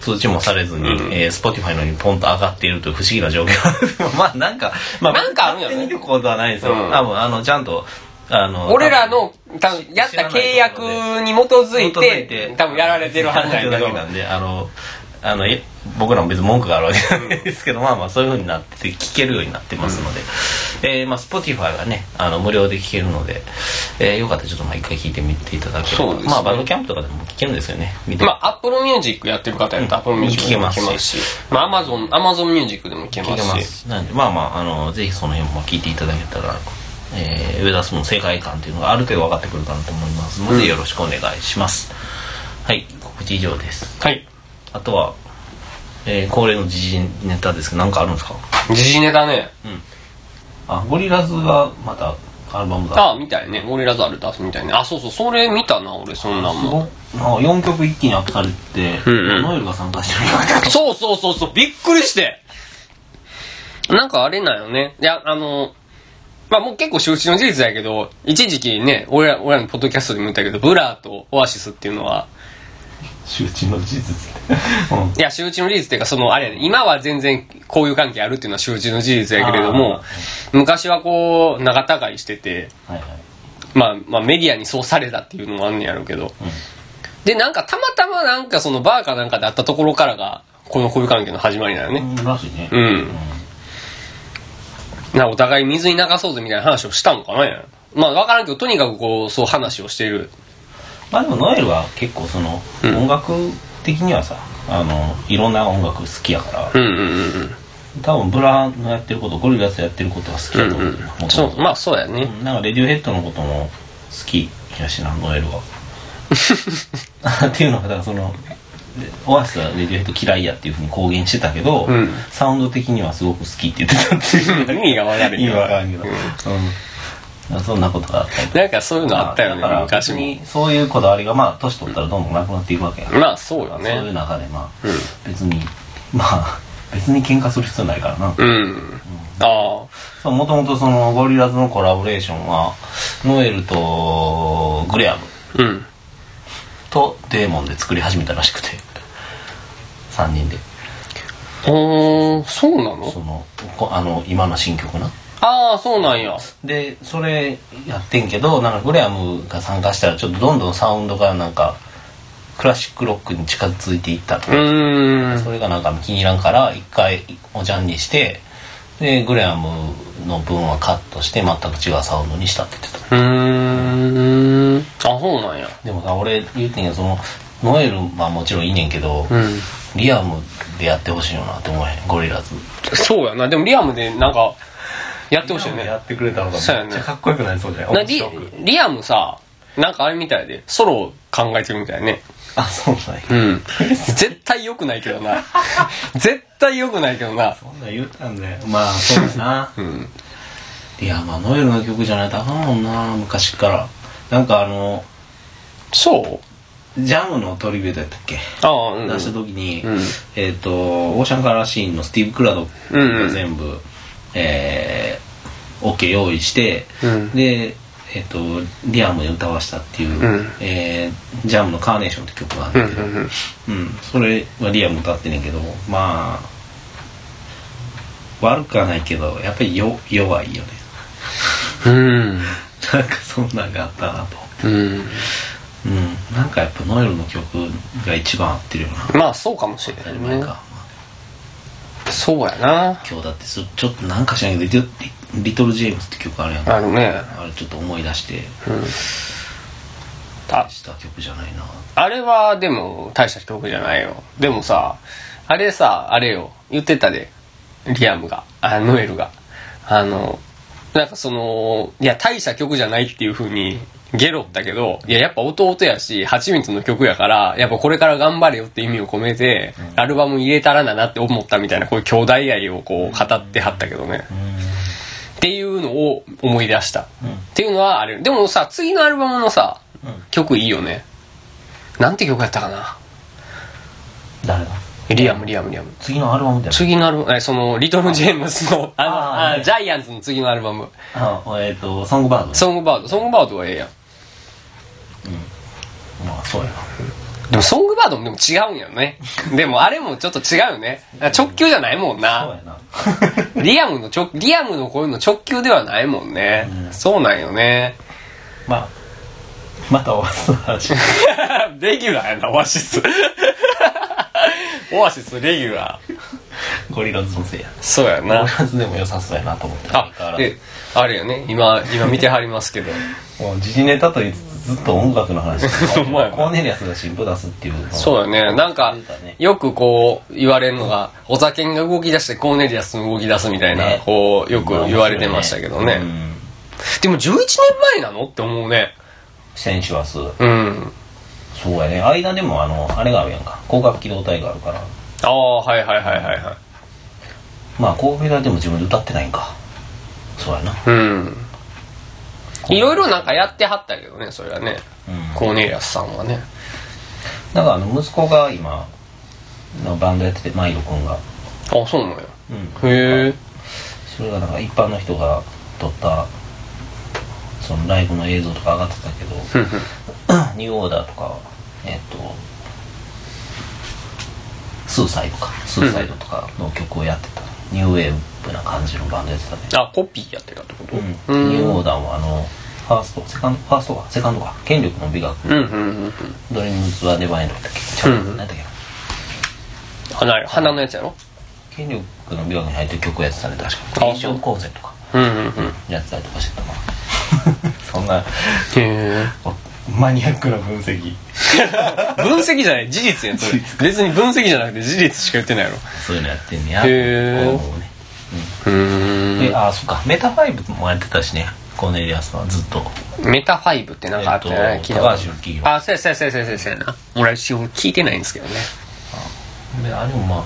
[SPEAKER 1] 通知もされずに、
[SPEAKER 2] うん
[SPEAKER 1] えー Spotify の方にポンと上がっているという不思議な状況 まあなんか、まあ、
[SPEAKER 2] なんかあるんやね
[SPEAKER 1] 勝手にってことはないですよ、
[SPEAKER 2] うん
[SPEAKER 1] 多分あのちゃんとあの
[SPEAKER 2] 俺らの、多分やった契約に基づい
[SPEAKER 1] 基づい
[SPEAKER 2] て
[SPEAKER 1] て、
[SPEAKER 2] 多分やられてるはずなんやけど
[SPEAKER 1] だけ。なんであのあのえ僕らも別に文句があるわけじゃないですけど、まあまあそういうふうになってて聞けるようになってますので、えーまあ Spotify がねあの無料で聞けるので、えーよかったらちょっとまあ一回聞いてみていただければ
[SPEAKER 2] そうですね
[SPEAKER 1] まあバンドキャンプとかでも聞けるんですよね見て
[SPEAKER 2] まあ、アップルミュージックやってる方やったら、アップルミュージックでも聞けますし、まあ、アマゾン、アマゾンミュージックでも聞け
[SPEAKER 1] 聞い
[SPEAKER 2] ま
[SPEAKER 1] てます
[SPEAKER 2] し、
[SPEAKER 1] すなんでまあまああのぜひその辺も聞いていただけたら、えー、上田スの世界観というのがある程度分かってくるかなと思いますので、よろしくお願いしますはい告知以上です
[SPEAKER 2] はい。
[SPEAKER 1] あとは、えー恒例の時事ネタですけど何かあるんですか
[SPEAKER 2] 時事ネタね。
[SPEAKER 1] あゴリラズがまたアルバムだ
[SPEAKER 2] ああ、みたいね。ゴリラザル出すみたいね。あ、そうそう、それ見たな、俺、そんなん
[SPEAKER 1] す
[SPEAKER 2] も
[SPEAKER 1] ご。っあ4曲一気にアップされて、
[SPEAKER 2] うんうん
[SPEAKER 1] ノエルが参加してるみたいな
[SPEAKER 2] そうそうそうそう、びっくりして。なんかあれなんよね。いや、あの、まあもう結構周知の事実やけど、一時期ね、俺ら、俺らのポッドキャストでも言ったけど、ブラーとオアシスっていうのは、
[SPEAKER 1] 周知の事実 って、うん
[SPEAKER 2] いや、周知の事実っていうか、その、あれやね、今は全然交友関係あるっていうのは周知の事実やけれども
[SPEAKER 1] あ、
[SPEAKER 2] 昔はこう、長高いしてて、
[SPEAKER 1] はいはい
[SPEAKER 2] まあ、まあメディアにそうされたっていうのもあんねやろうけど、で、なんかたまたまなんかそのバーかなんかで会ったところからが、この恋関係の始まりなのね。
[SPEAKER 1] うんらしいね
[SPEAKER 2] うん。な、お互い水に流そうぜみたいな話をしたんかね。まあわからんけど、とにかくこう、そう話をしてる。
[SPEAKER 1] まあでもノエルは結構その
[SPEAKER 2] うん
[SPEAKER 1] 音楽的にはさあのいろんな音楽好きやから
[SPEAKER 2] うんうんうんうん。
[SPEAKER 1] 多分ブラのやってることゴリラスやってることは好き
[SPEAKER 2] う
[SPEAKER 1] だ
[SPEAKER 2] ん
[SPEAKER 1] と思う
[SPEAKER 2] うん。そう、まあそうや ね。
[SPEAKER 1] なんかレディオヘッドのことも好きやしなノエル はっていうのがだからそのオアシスはレディオヘッド嫌いやっていうふうに公言してたけど、
[SPEAKER 2] うん
[SPEAKER 1] サウンド的にはすごく好きって言ってた っていう
[SPEAKER 2] 意味がわからんけど
[SPEAKER 1] 意味わからんけど、
[SPEAKER 2] うん
[SPEAKER 1] うんまあそんなことがあったり
[SPEAKER 2] なんかそういうのあったよね
[SPEAKER 1] まだ、から
[SPEAKER 2] 昔も。
[SPEAKER 1] そういうこだわりがまあ年取ったらどんどんなくなっていくわけや、
[SPEAKER 2] まあそうよ
[SPEAKER 1] そういう
[SPEAKER 2] ね。
[SPEAKER 1] 中でまあ、
[SPEAKER 2] うん
[SPEAKER 1] 別にまあ別に喧嘩する必要ないからな、
[SPEAKER 2] うん。あ
[SPEAKER 1] そう、もともとそのゴリラズのコラボレーションは、ノエルとグレアム
[SPEAKER 2] あ。うん。
[SPEAKER 1] とデーモンで作り始めたらしくて、3人で。
[SPEAKER 2] おー、そうなの
[SPEAKER 1] その、こあの、今の新曲な。
[SPEAKER 2] ああ、そうなんや。
[SPEAKER 1] で、それやってんけど、なんかグレアムが参加したら、ちょっとどんどんサウンドがなんか、クラシックロックに近づいていったと
[SPEAKER 2] う。ーん。
[SPEAKER 1] それがなんか気に入らんから、一回おじゃんにして、で、グレアムの分はカットして、全く違うサウンドにしたって言ってた。
[SPEAKER 2] うーん。あ、そうなんや。
[SPEAKER 1] でもさ俺言ってんけどそのノエルはもちろんいいねんけど、
[SPEAKER 2] うん。
[SPEAKER 1] リアムでやってほしいよなって思えへんゴリラズ
[SPEAKER 2] そうやな。でもリアムでなんか、やってほしいよね。
[SPEAKER 1] ってくれたのが
[SPEAKER 2] そうやねめっちゃ
[SPEAKER 1] かっこよくないそうじゃ
[SPEAKER 2] なリリアムさ、なんかあれみたいで、ソロを考えてるみたいね。
[SPEAKER 1] あそうなんや
[SPEAKER 2] うん。絶対良くないけどな。 絶対良くないけどな。
[SPEAKER 1] そんなん言ったんだよまあそうやな
[SPEAKER 2] うん。
[SPEAKER 1] いやまあノエルの曲じゃないとあかんもんな昔からなんかあの
[SPEAKER 2] そう
[SPEAKER 1] ジャムのトリビュートやったっけ
[SPEAKER 2] ああ、うん。
[SPEAKER 1] 出した時に、
[SPEAKER 2] うん
[SPEAKER 1] えっ、とオーシャンカラーシーンのスティーブ・クラド
[SPEAKER 2] うんう
[SPEAKER 1] が
[SPEAKER 2] ん
[SPEAKER 1] 全部、えー、オケ用意して、
[SPEAKER 2] うん
[SPEAKER 1] でえっ、とリアムで歌わしたっていう、
[SPEAKER 2] うん
[SPEAKER 1] えージャムの「カーネーション」って曲があ
[SPEAKER 2] う
[SPEAKER 1] る
[SPEAKER 2] ん
[SPEAKER 1] ん
[SPEAKER 2] う
[SPEAKER 1] だけど、
[SPEAKER 2] んうん。
[SPEAKER 1] うんそれはリアム歌ってんねんけどまあ悪くはないけどやっぱりよ弱いよね
[SPEAKER 2] うん。
[SPEAKER 1] なんかそんなんがあったなと
[SPEAKER 2] うん。
[SPEAKER 1] うんなんかやっぱノエルの曲が一番合ってるよな
[SPEAKER 2] まあ、そうかもしれ
[SPEAKER 1] 当たり
[SPEAKER 2] な
[SPEAKER 1] 前
[SPEAKER 2] い
[SPEAKER 1] か、
[SPEAKER 2] ね。そうやな。
[SPEAKER 1] 今日だってすちょっとなんか知らんけどリトリリトル・ジェームスって曲あるやんか
[SPEAKER 2] あのね。
[SPEAKER 1] あれちょっと思い出して
[SPEAKER 2] うん。あ、
[SPEAKER 1] した曲じゃないな
[SPEAKER 2] あれはでも大した曲じゃないよ。でもさ、あれさ、あれよ、言ってたで、リアムが、あノエルが。あの、なんかその、いや、大した曲じゃないっていう風に、ゲロったけど、いや、やっぱ弟やし、蜂蜜の曲やから、やっぱこれから頑張れよって意味を込めて、アルバム入れたらななって思ったみたいな、こういう兄弟愛をこう語ってはったけどね。っていうのを思い出した。っていうのはあれ。でもさ、次のアルバムのさ、
[SPEAKER 1] うん
[SPEAKER 2] 曲いいよね。なんて曲やったかな
[SPEAKER 1] 誰だ
[SPEAKER 2] リアム、リアム、リアム。
[SPEAKER 1] 次のアルバムみたい
[SPEAKER 2] 次のアルバム、えその、リトル・ジェームスの、あの、
[SPEAKER 1] あー
[SPEAKER 2] あジャイアンツの次のアルバム。
[SPEAKER 1] なあえっ、とソングバード
[SPEAKER 2] ソングバード。ソングバードはええやん。
[SPEAKER 1] まあそうや
[SPEAKER 2] でも、ソングバードもでも違うん やね。でも、あれもちょっと違うよね。直球じゃないもん
[SPEAKER 1] なそう
[SPEAKER 2] な。
[SPEAKER 1] やな
[SPEAKER 2] リアムの直、リアムのこういうの直球ではないもんね。
[SPEAKER 1] うん
[SPEAKER 2] そうなんよね。
[SPEAKER 1] まあまたおわすの 話
[SPEAKER 2] レギュラーやな、オアシス。 オアシス、レギュラー。
[SPEAKER 1] ゴリラズのせいや
[SPEAKER 2] そうや
[SPEAKER 1] ゴ
[SPEAKER 2] な
[SPEAKER 1] リ。ラズでも良さそうやなと思って相変わ
[SPEAKER 2] あ、
[SPEAKER 1] らず
[SPEAKER 2] で、あれよね。今、今見てはります けど。
[SPEAKER 1] もう時事ネタと言いつつずっと音楽の話
[SPEAKER 2] ほんまやな
[SPEAKER 1] コーネリアスが新譜出すっていうのが
[SPEAKER 2] そうよね。なんか
[SPEAKER 1] 言うたね、
[SPEAKER 2] よくこう、言われるのが、お酒が動き出してコーネリアスも動き出すみたいな、
[SPEAKER 1] ね
[SPEAKER 2] こう、よく言われてましたけどね
[SPEAKER 1] う。ん
[SPEAKER 2] でも11年前なのって思うね。
[SPEAKER 1] センシュアス
[SPEAKER 2] うん。
[SPEAKER 1] そうやね間でもあのあれがあるやんか広角機動隊があるから
[SPEAKER 2] ああ、はいはいはいはいはい。
[SPEAKER 1] まあ神戸大でも自分で歌ってないんかそうやな
[SPEAKER 2] うん。いろいろなんかやってはったけどね、それはね。
[SPEAKER 1] うん
[SPEAKER 2] コーネリアスさんはね。
[SPEAKER 1] だからあの息子が今のバンドやっててマイロくんが、
[SPEAKER 2] あ、そうなのよ。
[SPEAKER 1] うん、
[SPEAKER 2] へえ。
[SPEAKER 1] それがなんか一般の人が撮ったそのライブの映像とか上がってたけど
[SPEAKER 2] ふんふん
[SPEAKER 1] ニューオーダーとかえっ、とスーサイドかスーサイドとかの曲をやってた、ニューウェーブな感じのバンドやってたね
[SPEAKER 2] あ、コピーやってたってこと
[SPEAKER 1] うんニューオーダーもあのフファーストセカンドファーストかセカンドか権力の美学
[SPEAKER 2] うんうんうんうん
[SPEAKER 1] ドリームズはデバインだったっけちょっと何だっけな
[SPEAKER 2] 花花のやつやろ
[SPEAKER 1] 権力の美学に入ってる曲をやってたね確か
[SPEAKER 2] そう
[SPEAKER 1] 検証構成とか
[SPEAKER 2] うんうんうん
[SPEAKER 1] やってたりとかしてたなそんな
[SPEAKER 2] へえ
[SPEAKER 1] マニアックな分析
[SPEAKER 2] 分析じゃない事実やんそれ別に分析じゃなくて事実しか言ってないやろ
[SPEAKER 1] そういうのやってんねや
[SPEAKER 2] へー
[SPEAKER 1] こう思うね
[SPEAKER 2] うー
[SPEAKER 1] であそっかメタファイブもやってたしねコーネリアスはずっと
[SPEAKER 2] んメタファイブってなんかあったよ
[SPEAKER 1] え
[SPEAKER 2] ね
[SPEAKER 1] っと
[SPEAKER 2] 聞いたこと
[SPEAKER 1] 高橋幸宏
[SPEAKER 2] あそうやそうやそうやそうやそうやな俺一応聞いてないんですけどね
[SPEAKER 1] であれもまあ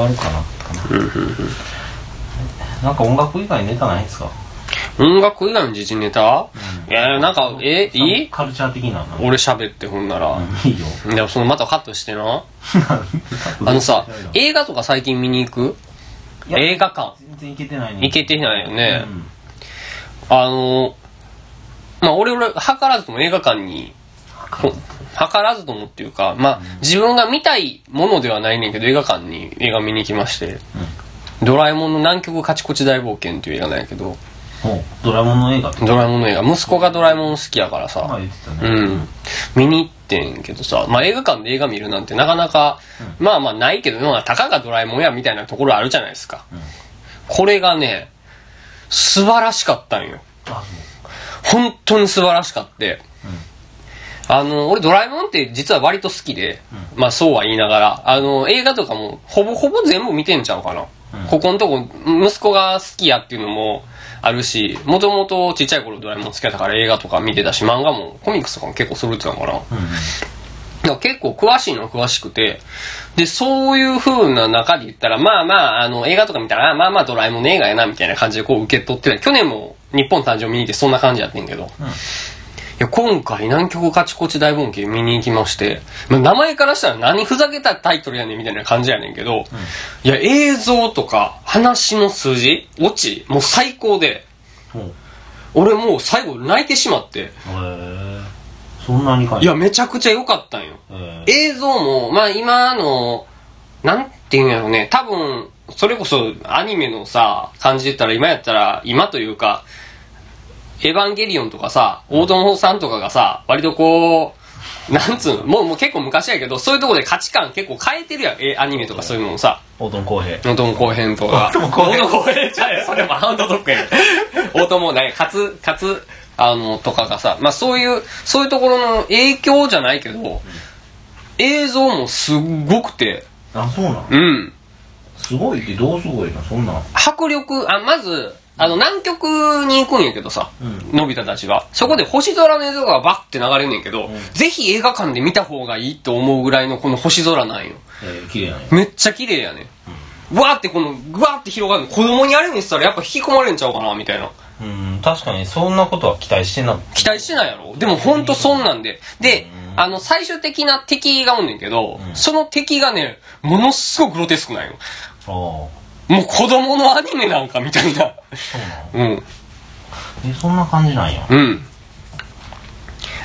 [SPEAKER 1] 悪かなったかななんか音楽以外にネタないんですか
[SPEAKER 2] 音楽以外の時事ネタ、
[SPEAKER 1] うん
[SPEAKER 2] いやなんかえいい
[SPEAKER 1] カルチャー的なの
[SPEAKER 2] 俺喋ってほんなら、
[SPEAKER 1] いいよ
[SPEAKER 2] でもそのまたカットしてなあのさ映画とか最近見に行く
[SPEAKER 1] いや
[SPEAKER 2] 映画館
[SPEAKER 1] 全然いけてないね
[SPEAKER 2] 行けてないよね、
[SPEAKER 1] うん
[SPEAKER 2] あのまあ俺俺図らずとも映画館にほ図らずともっていうかまあ、自分が見たいものではないねんけど映画館に映画見に行きまして「ドラえもんの南極カチコチ大冒険」っていう映画なんやけど
[SPEAKER 1] もうドラえもんの映画って
[SPEAKER 2] ドラえもんの映画息子がドラえもん好きやからさ、
[SPEAKER 1] 今言ってた
[SPEAKER 2] う
[SPEAKER 1] ね
[SPEAKER 2] ん。見に行ってんけどさ、まあ映画館で映画見るなんてなかなか、まあまあないけど、まあたかがドラえもんやみたいなところあるじゃないですか。これがね、素晴らしかったんよ。
[SPEAKER 1] あ
[SPEAKER 2] 本当に素晴らしかって。あの、俺ドラえもんって実は割と好きで、まあそうは言いながら、あの、映画とかもほぼほぼ全部見てんちゃうかな。
[SPEAKER 1] うん
[SPEAKER 2] ここのとこ、息子が好きやっていうのもあるし、もともとちっちゃい頃ドラえもん好きやったから映画とか見てたし、漫画もコミックスとかも結構揃ってたのかな。
[SPEAKER 1] そううん
[SPEAKER 2] だから結構詳しいのは詳しくて、で、そういう風な中で言ったら、まあまあ、あの、映画とか見たら、あまあまあドラえもんの映画やな、みたいな感じでこう受け取ってた。去年も日本誕生見に行ってそんな感じやってんけど。いや、今回南極カチコチ大冒険見に行きまして、まあ名前からしたら何ふざけたタイトルやねんみたいな感じやねんけど、いや、映像とか話の数字、オチ、もう最高で、
[SPEAKER 1] もう
[SPEAKER 2] 俺もう最後泣いてしまって、
[SPEAKER 1] へえそんなにか
[SPEAKER 2] いや、めちゃくちゃ良かったんよ。
[SPEAKER 1] え
[SPEAKER 2] 映像も、まあ今の、なんていうんやろうね、多分、それこそアニメのさ、感じで言ったら今やったら、今というか、エヴァンゲリオンとかさ、大友さんとかがさ、割とこう、なんつうの、もうもう結構昔やけど、そういうところで価値観結構変えてるやん、えアニメとかそういうのもさ。
[SPEAKER 1] 大友康平
[SPEAKER 2] 大友後編とか。
[SPEAKER 1] 大友康平
[SPEAKER 2] 大友康平ちゃうよ。それもハウンドドッグやん。大友ね、かつ、かつ、あの、とかがさ、まあそういう、そういうところの影響じゃないけど、映像もすっごくて、
[SPEAKER 1] あそうなん
[SPEAKER 2] うん。
[SPEAKER 1] すごいってどうすごいのそんな
[SPEAKER 2] 迫力、あ、まず、あの、南極に行くんやけどさ、
[SPEAKER 1] う
[SPEAKER 2] のび太たちが。そこで星空の映像がバッて流れんねんけど、
[SPEAKER 1] ん
[SPEAKER 2] ぜひ映画館で見た方がいいと思うぐらいのこの星空なんよ。
[SPEAKER 1] えー綺麗なんや
[SPEAKER 2] めっちゃ綺麗やね、わーってこのわーって広がるの子供にあれにしたらやっぱ引き込まれんちゃうかなみたいな
[SPEAKER 1] うん確かにそんなことは期待してな
[SPEAKER 2] 期待してないやろでもほんとそんなんでであの最終的な敵がおんねんけど、
[SPEAKER 1] うん
[SPEAKER 2] その敵がねものすごくグロテスクなんよ
[SPEAKER 1] ああ
[SPEAKER 2] もう子供のアニメなんかみた いな
[SPEAKER 1] そうなん
[SPEAKER 2] うん
[SPEAKER 1] えそんな感じなんや
[SPEAKER 2] うん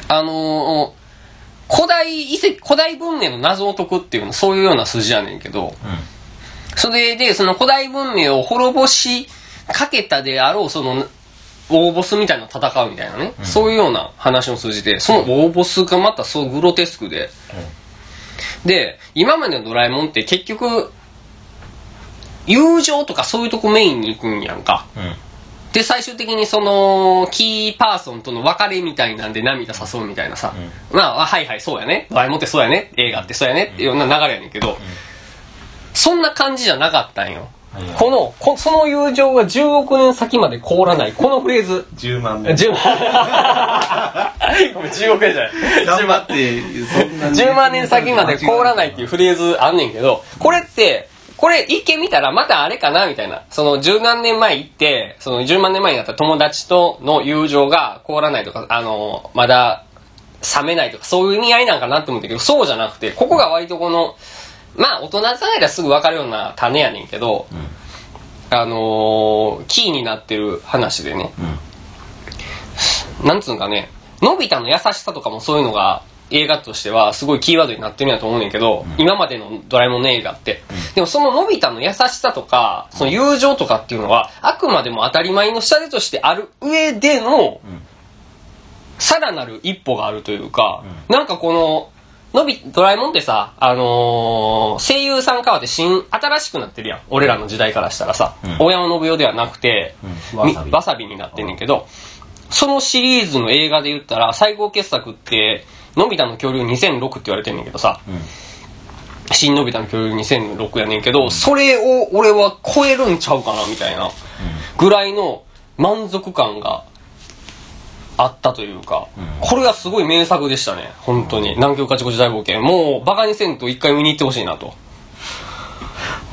[SPEAKER 2] あのー古代遺跡、古代文明の謎を解くっていうの、そういうような筋やねんけど、
[SPEAKER 1] う
[SPEAKER 2] それで、その古代文明を滅ぼしかけたであろう、その、大ボスみたいなのと戦うみたいなね、そういうような話を通じて、その大ボスがまたそうグロテスクで、で、今までのドラえもんって結局、友情とかそういうとこメインに行くんやんか。
[SPEAKER 1] んうん
[SPEAKER 2] で、最終的にその、キーパーソンとの別れみたいなんで涙誘うみたいなさ。まああ、はいはい、そうやね。ドラえもんってそうやね。映画ってそうやね。っていうような流れやねんけど、そんな感じじゃなかったんよ。
[SPEAKER 1] うん
[SPEAKER 2] このこ、その友情が10億年先まで凍らない。このフレーズ。
[SPEAKER 1] 10万
[SPEAKER 2] 10万ごめん、10億年じゃない。
[SPEAKER 1] 頑張ってそんなに
[SPEAKER 2] 10万年先まで凍らないっていうフレーズあんねんけど、これって、これ一見見たらまたあれかなみたいな。その10何年前行って、その10万年前になった友達との友情が凍らないとか、あの、まだ冷めないとか、そういう意味合いなんかなと思ったけど、そうじゃなくて、ここが割とこの、まあ大人さえらすぐわかるような種やねんけど、あのーキーになってる話でね。
[SPEAKER 1] う
[SPEAKER 2] なんつうんかね、のび太の優しさとかもそういうのが映画としてはすごいキーワードになってるんやと思うねんけど、今までのドラえもんの映画って。でもそののび太の優しさとか、その友情とかっていうのは、あくまでも当たり前の下地としてある上での、さらなる一歩があるというか、なんかこの、のび、ドラえもんってさ、あのー声優さん変わって新、新しくなってるやん。俺らの時代からしたらさ、
[SPEAKER 1] うん
[SPEAKER 2] 大山信代ではなくて、
[SPEAKER 1] うんわ
[SPEAKER 2] み
[SPEAKER 1] さび
[SPEAKER 2] わさびになってんねんけど、そのシリーズの映画で言ったら、最高傑作って、のび太の恐竜2006って言われてんねんけどさ、
[SPEAKER 1] うん
[SPEAKER 2] 新のび太の恐竜2006やねんけど、それを俺は超えるんちゃうかな、みたいな、ぐらいの満足感があったというか、これがすごい名作でしたね、本当に。南極カチコチ大冒険。もう、バカにせんと一回見に行ってほしいなと。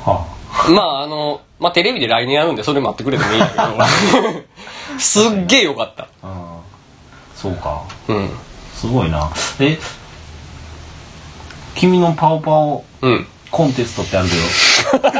[SPEAKER 1] は
[SPEAKER 2] まあ、あの、まあ、テレビで来年やるんで、それ待ってくれてもいいんだけど、 すっげえ良かった。
[SPEAKER 1] あ、うん、そうか
[SPEAKER 2] うん。
[SPEAKER 1] すごいなえ君のパオパオ
[SPEAKER 2] うん。
[SPEAKER 1] コンテストってあるけど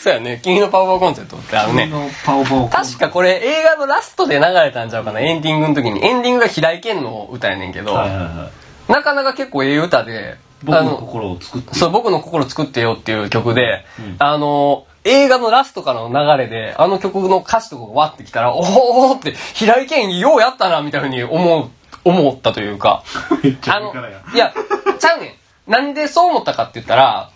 [SPEAKER 2] そうやね、君のパワーコンセントってあるね
[SPEAKER 1] 君。のパオパオコン
[SPEAKER 2] 確かこれ映画のラストで流れたんちゃうかなエンディングの時にエンディングが平井堅の歌やねんけど、
[SPEAKER 1] はいはいはい
[SPEAKER 2] なかなか結構ええ歌で
[SPEAKER 1] 僕
[SPEAKER 2] あ
[SPEAKER 1] の
[SPEAKER 2] の
[SPEAKER 1] 心を作って
[SPEAKER 2] そう僕の心作ってよっていう曲で、
[SPEAKER 1] うん
[SPEAKER 2] あの映画のラストからの流れであの曲の歌詞とかがわってきたらおおーって平井堅ようやったなみたいに思う思ったというか
[SPEAKER 1] めっちゃ
[SPEAKER 2] あ
[SPEAKER 1] いい
[SPEAKER 2] の
[SPEAKER 1] からや
[SPEAKER 2] いやちゃうねんなんでそう思ったかって言ったら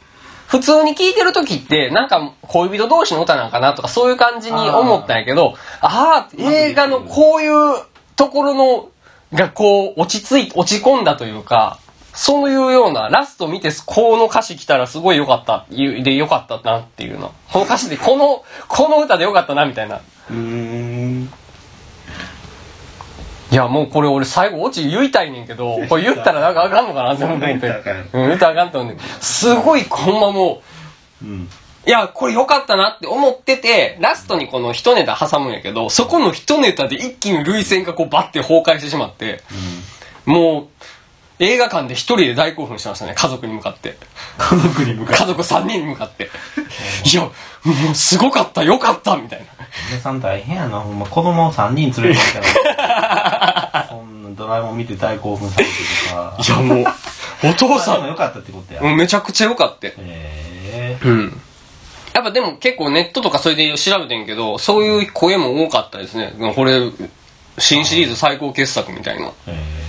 [SPEAKER 2] 普通に聴いてる時ってなんか恋人同士の歌なんかなとかそういう感じに思ったんやけどああー映画のこういうところのがこう落ち着い落ち込んだというかそういうようなラスト見てこの歌詞来たらすごい良かったいうで良かったなっていうのこの歌詞でこのこの歌で良かったなみたいな
[SPEAKER 1] うーん
[SPEAKER 2] いや、もうこれ俺最後オチ言いたいねんけ ど、これ言ったらなんかあかんのかなって思って。
[SPEAKER 1] 言ったらあかんよ
[SPEAKER 2] うん、言ったらあかんと思って。すごい、ほんまも
[SPEAKER 1] うん
[SPEAKER 2] う、いや、これ良かったなって思ってて、ラストにこの一ネタ挟むんやけど、そこの一ネタで一気に涙腺がこうバッて崩壊してしまって、もう、映画館で一人で大興奮しましたね、家族に向かって。
[SPEAKER 1] 家族に向かって
[SPEAKER 2] 家族3人に向かって。いや、もうすごかった、良かった、みたいな。
[SPEAKER 1] 皆さん大変やなほんま子供を3人連れてきた らそんなドラえもん見て大興奮されてるか
[SPEAKER 2] いや、もう、お父
[SPEAKER 1] まあ
[SPEAKER 2] さ
[SPEAKER 1] でもよかったってことや
[SPEAKER 2] ん、うんめちゃくちゃ良かった。
[SPEAKER 1] ええ
[SPEAKER 2] うん。やっぱでも結構ネットとかそれで調べてんけど、そういう声も多かったですね。これ、新シリーズ最高傑作みたいな。
[SPEAKER 1] ええ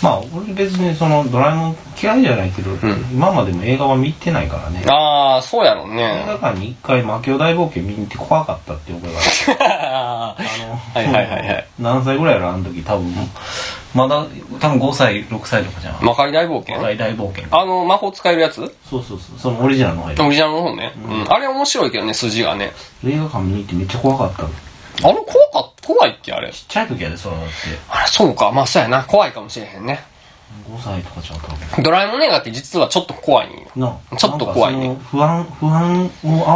[SPEAKER 1] まあ俺別にそのドラえもん嫌いじゃないけど、
[SPEAKER 2] ん
[SPEAKER 1] 今までも映画は見てないからね
[SPEAKER 2] ああ、そうやろう
[SPEAKER 1] 映画
[SPEAKER 2] ね。
[SPEAKER 1] 館に一回魔境大冒険見に行って怖かったって覚えがある
[SPEAKER 2] あ
[SPEAKER 1] あの、
[SPEAKER 2] はいはいはいはい
[SPEAKER 1] 何歳ぐらいやろあの時多分まだ多分5歳6歳とかじゃん
[SPEAKER 2] ー魔界大冒険
[SPEAKER 1] 大大冒険
[SPEAKER 2] あの、魔法使えるやつ
[SPEAKER 1] そうそうそうそのオリジナルの方や
[SPEAKER 2] オリジナルの方ね。うん。あれ面白いけどね、筋がね。
[SPEAKER 1] 映画館見に行ってめっちゃ怖かったのちっ
[SPEAKER 2] あれ怖かっ、怖いっけあれ。
[SPEAKER 1] ちゃい時やでそれだって
[SPEAKER 2] あれ、そうか。まあそうやな。怖いかもしれへんね。
[SPEAKER 1] 5歳とかちゃうと
[SPEAKER 2] ドラえもん映画って実はちょっと怖いんよ。
[SPEAKER 1] な
[SPEAKER 2] ちょっと怖いね
[SPEAKER 1] なんかその不安不安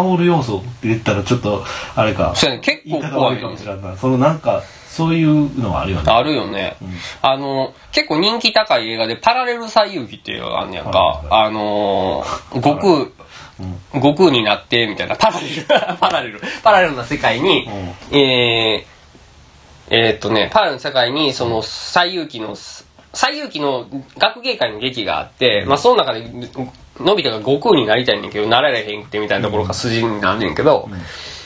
[SPEAKER 1] を煽る要素って言ったらちょっとあれか
[SPEAKER 2] そうやね。結
[SPEAKER 1] 言い
[SPEAKER 2] 構
[SPEAKER 1] 方
[SPEAKER 2] 怖
[SPEAKER 1] 悪
[SPEAKER 2] い
[SPEAKER 1] いか
[SPEAKER 2] よ
[SPEAKER 1] も
[SPEAKER 2] ね
[SPEAKER 1] し。れんないそのなんかそういうのはあるよね
[SPEAKER 2] あるよね、あの結構人気高い映画で「パラレル最遊記」っていうのがあんねやんか、
[SPEAKER 1] はい
[SPEAKER 2] あのー、悟空、悟空になってみたいなパラレル パラレルパラレルな世界に、えー、えーっとねパラレルの世界にその最遊記の最遊記の学芸会の劇があって、まあその中でのび太が悟空になりたいねんけどなられへんくてみたいなところが筋になんねんけど、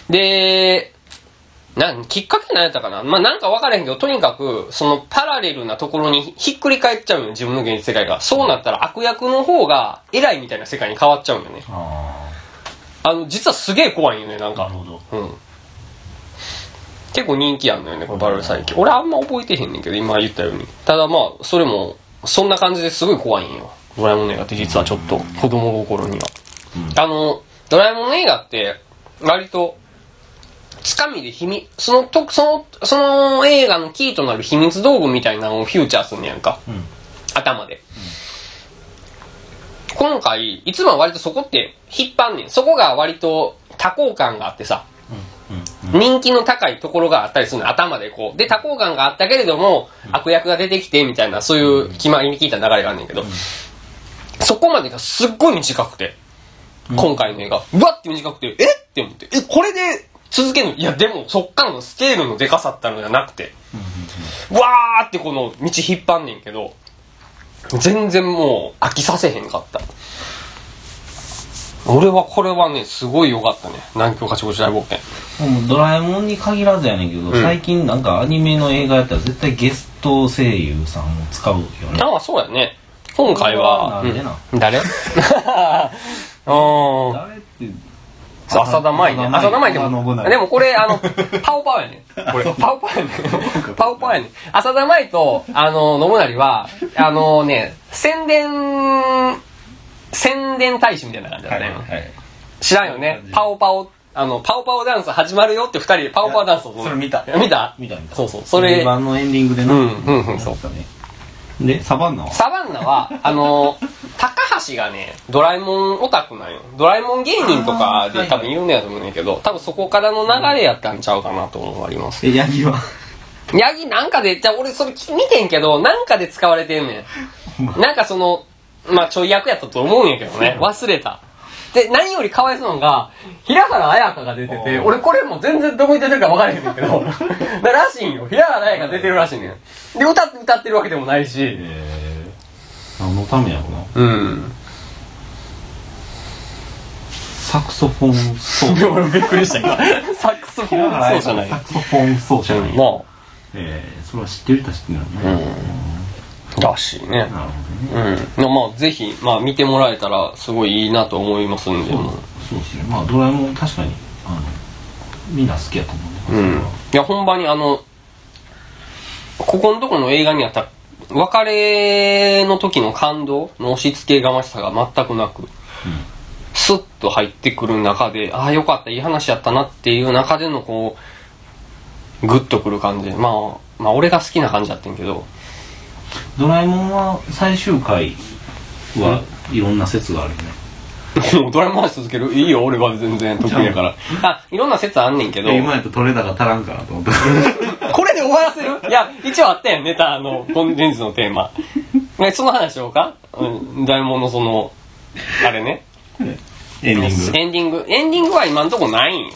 [SPEAKER 2] でなんきっかけなんやったかなまあなんか分からへんけど、とにかく、そのパラレルなところにひっくり返っちゃうよ、自分の現実世界が。そうなったら悪役の方が偉いみたいな世界に変わっちゃうんよね。
[SPEAKER 1] あ
[SPEAKER 2] あの、実はすげえ怖いよね、なん
[SPEAKER 1] あな
[SPEAKER 2] か
[SPEAKER 1] る。ほど
[SPEAKER 2] うん。結構人気あんのよね、このパラレル最近。俺あんま覚えてへんねんけど、今言ったように。ただまあ、それも、そんな感じですごい怖いんよ。ドラえもんの映画って実はちょっと、子供心には。あの、ドラえもんの映画って、割と、つかみで秘密、そのと、その、その映画のキーとなる秘密道具みたいなのをフューチャーすんねやんか。
[SPEAKER 1] うん
[SPEAKER 2] 頭で。今回、いつもは割とそこって引っ張んねん。そこが割と多幸感があってさ、
[SPEAKER 1] うんうん
[SPEAKER 2] 人気の高いところがあったりするの、頭でこう。で、多幸感があったけれども、悪役が出てきて、みたいな、そういう決まりに聞いた流れがあんねんけど、そこまでがすっごい短くて、今回の映画、うわって短くて、えって思って、え、これで続けるのいや、でも、そっからのスケールのでかさったのじゃなくて、わーってこの道引っ張んねんけど、全然もう飽きさせへんかった。俺はこれはねすごい良かったね南極八五時大冒険
[SPEAKER 1] もうドラえもんに限らずやねんけど、
[SPEAKER 2] ん
[SPEAKER 1] 最近なんかアニメの映画やったら絶対ゲスト声優さんを使うよね
[SPEAKER 2] ああそうやね今回は
[SPEAKER 1] なんでな
[SPEAKER 2] うん、誰 うん
[SPEAKER 1] 誰って
[SPEAKER 2] そう浅田舞ね
[SPEAKER 1] 浅
[SPEAKER 2] 浅
[SPEAKER 1] 田
[SPEAKER 2] 田
[SPEAKER 1] 舞
[SPEAKER 2] 舞で
[SPEAKER 1] 織田
[SPEAKER 2] も
[SPEAKER 1] 信長
[SPEAKER 2] でもこれ あのパオパオやねこれパオパオやねパオパオやね浅田舞とあの信成はあのね宣伝宣伝大使みたいな感じだ
[SPEAKER 1] は
[SPEAKER 2] っ
[SPEAKER 1] い
[SPEAKER 2] たね、
[SPEAKER 1] はい
[SPEAKER 2] 知らんよね
[SPEAKER 1] そう
[SPEAKER 2] パオパオあのパオパオダンス始まるよって二人でパオパオダンスを
[SPEAKER 1] それ見た
[SPEAKER 2] 見た
[SPEAKER 1] 見た見た
[SPEAKER 2] そうそうそれ
[SPEAKER 1] 映画のエンディングでな
[SPEAKER 2] うんうんうんそう
[SPEAKER 1] だねでサバンナは
[SPEAKER 2] サバンナは、あの、高橋がね、ドラえもんオタクなんよ。ドラえもん芸人とか
[SPEAKER 1] あーはいは
[SPEAKER 2] で
[SPEAKER 1] い
[SPEAKER 2] 多分有名やと思うねんだけど、多分そこからの流れやったんちゃうかなと思います。
[SPEAKER 1] えヤギは
[SPEAKER 2] ヤギなんかで、じゃあ俺それ聞見てんけど、なんかで使われてんね ん。なんかその、まあちょい役やったと思うんやけどね。忘れた。で、何よりかわいそうなのが、平原綾香が出てて、
[SPEAKER 1] おー
[SPEAKER 2] 俺これもう全然どこに出てるか分からへんねんけど、だ らしいんよ。平原綾香出てるらしいねん。で、歌って歌ってるわけでもないし、
[SPEAKER 1] えー、何のためやろな
[SPEAKER 2] うん。
[SPEAKER 1] サクソフォン奏者
[SPEAKER 2] 俺びっくりした今。 サックスフォン奏者ない。
[SPEAKER 1] サクソフォン奏者なんや
[SPEAKER 2] ま
[SPEAKER 1] えー、それは知ってる人は知ってるよね、
[SPEAKER 2] あ、らしいね。
[SPEAKER 1] なるほどね
[SPEAKER 2] うん。でまあ、ぜひ、まあ、見てもらえたら、すごいいいなと思いますんで。
[SPEAKER 1] そうですねまあドラえもん確かにあのみんな好きやと思うね、
[SPEAKER 2] うん。いや、ほんまにあの、ここのとこの映画にあった、別れの時の感動の押し付けがましさが全くなく、スッと入ってくる中で、ああ、よかった、いい話やったなっていう中でのこう、グッとくる感じ。まあ、まあ、俺が好きな感じだったんやけど、
[SPEAKER 1] ドラえもんは最終回はいろんな説があるよね、
[SPEAKER 2] もうドラえもん話続けるいいよ、俺は全然得意やから。あ、いろんな説あんねんけど、
[SPEAKER 1] え今やと取れたが足らんかなと 思った
[SPEAKER 2] これで終わらせるいや、一応あったやん、ネタ、あの、本日のテーマ。ねその話しようかうん、ドラえもんのその、あれね。
[SPEAKER 1] エンディング
[SPEAKER 2] エンディング。エンディングは今んとこないんよ。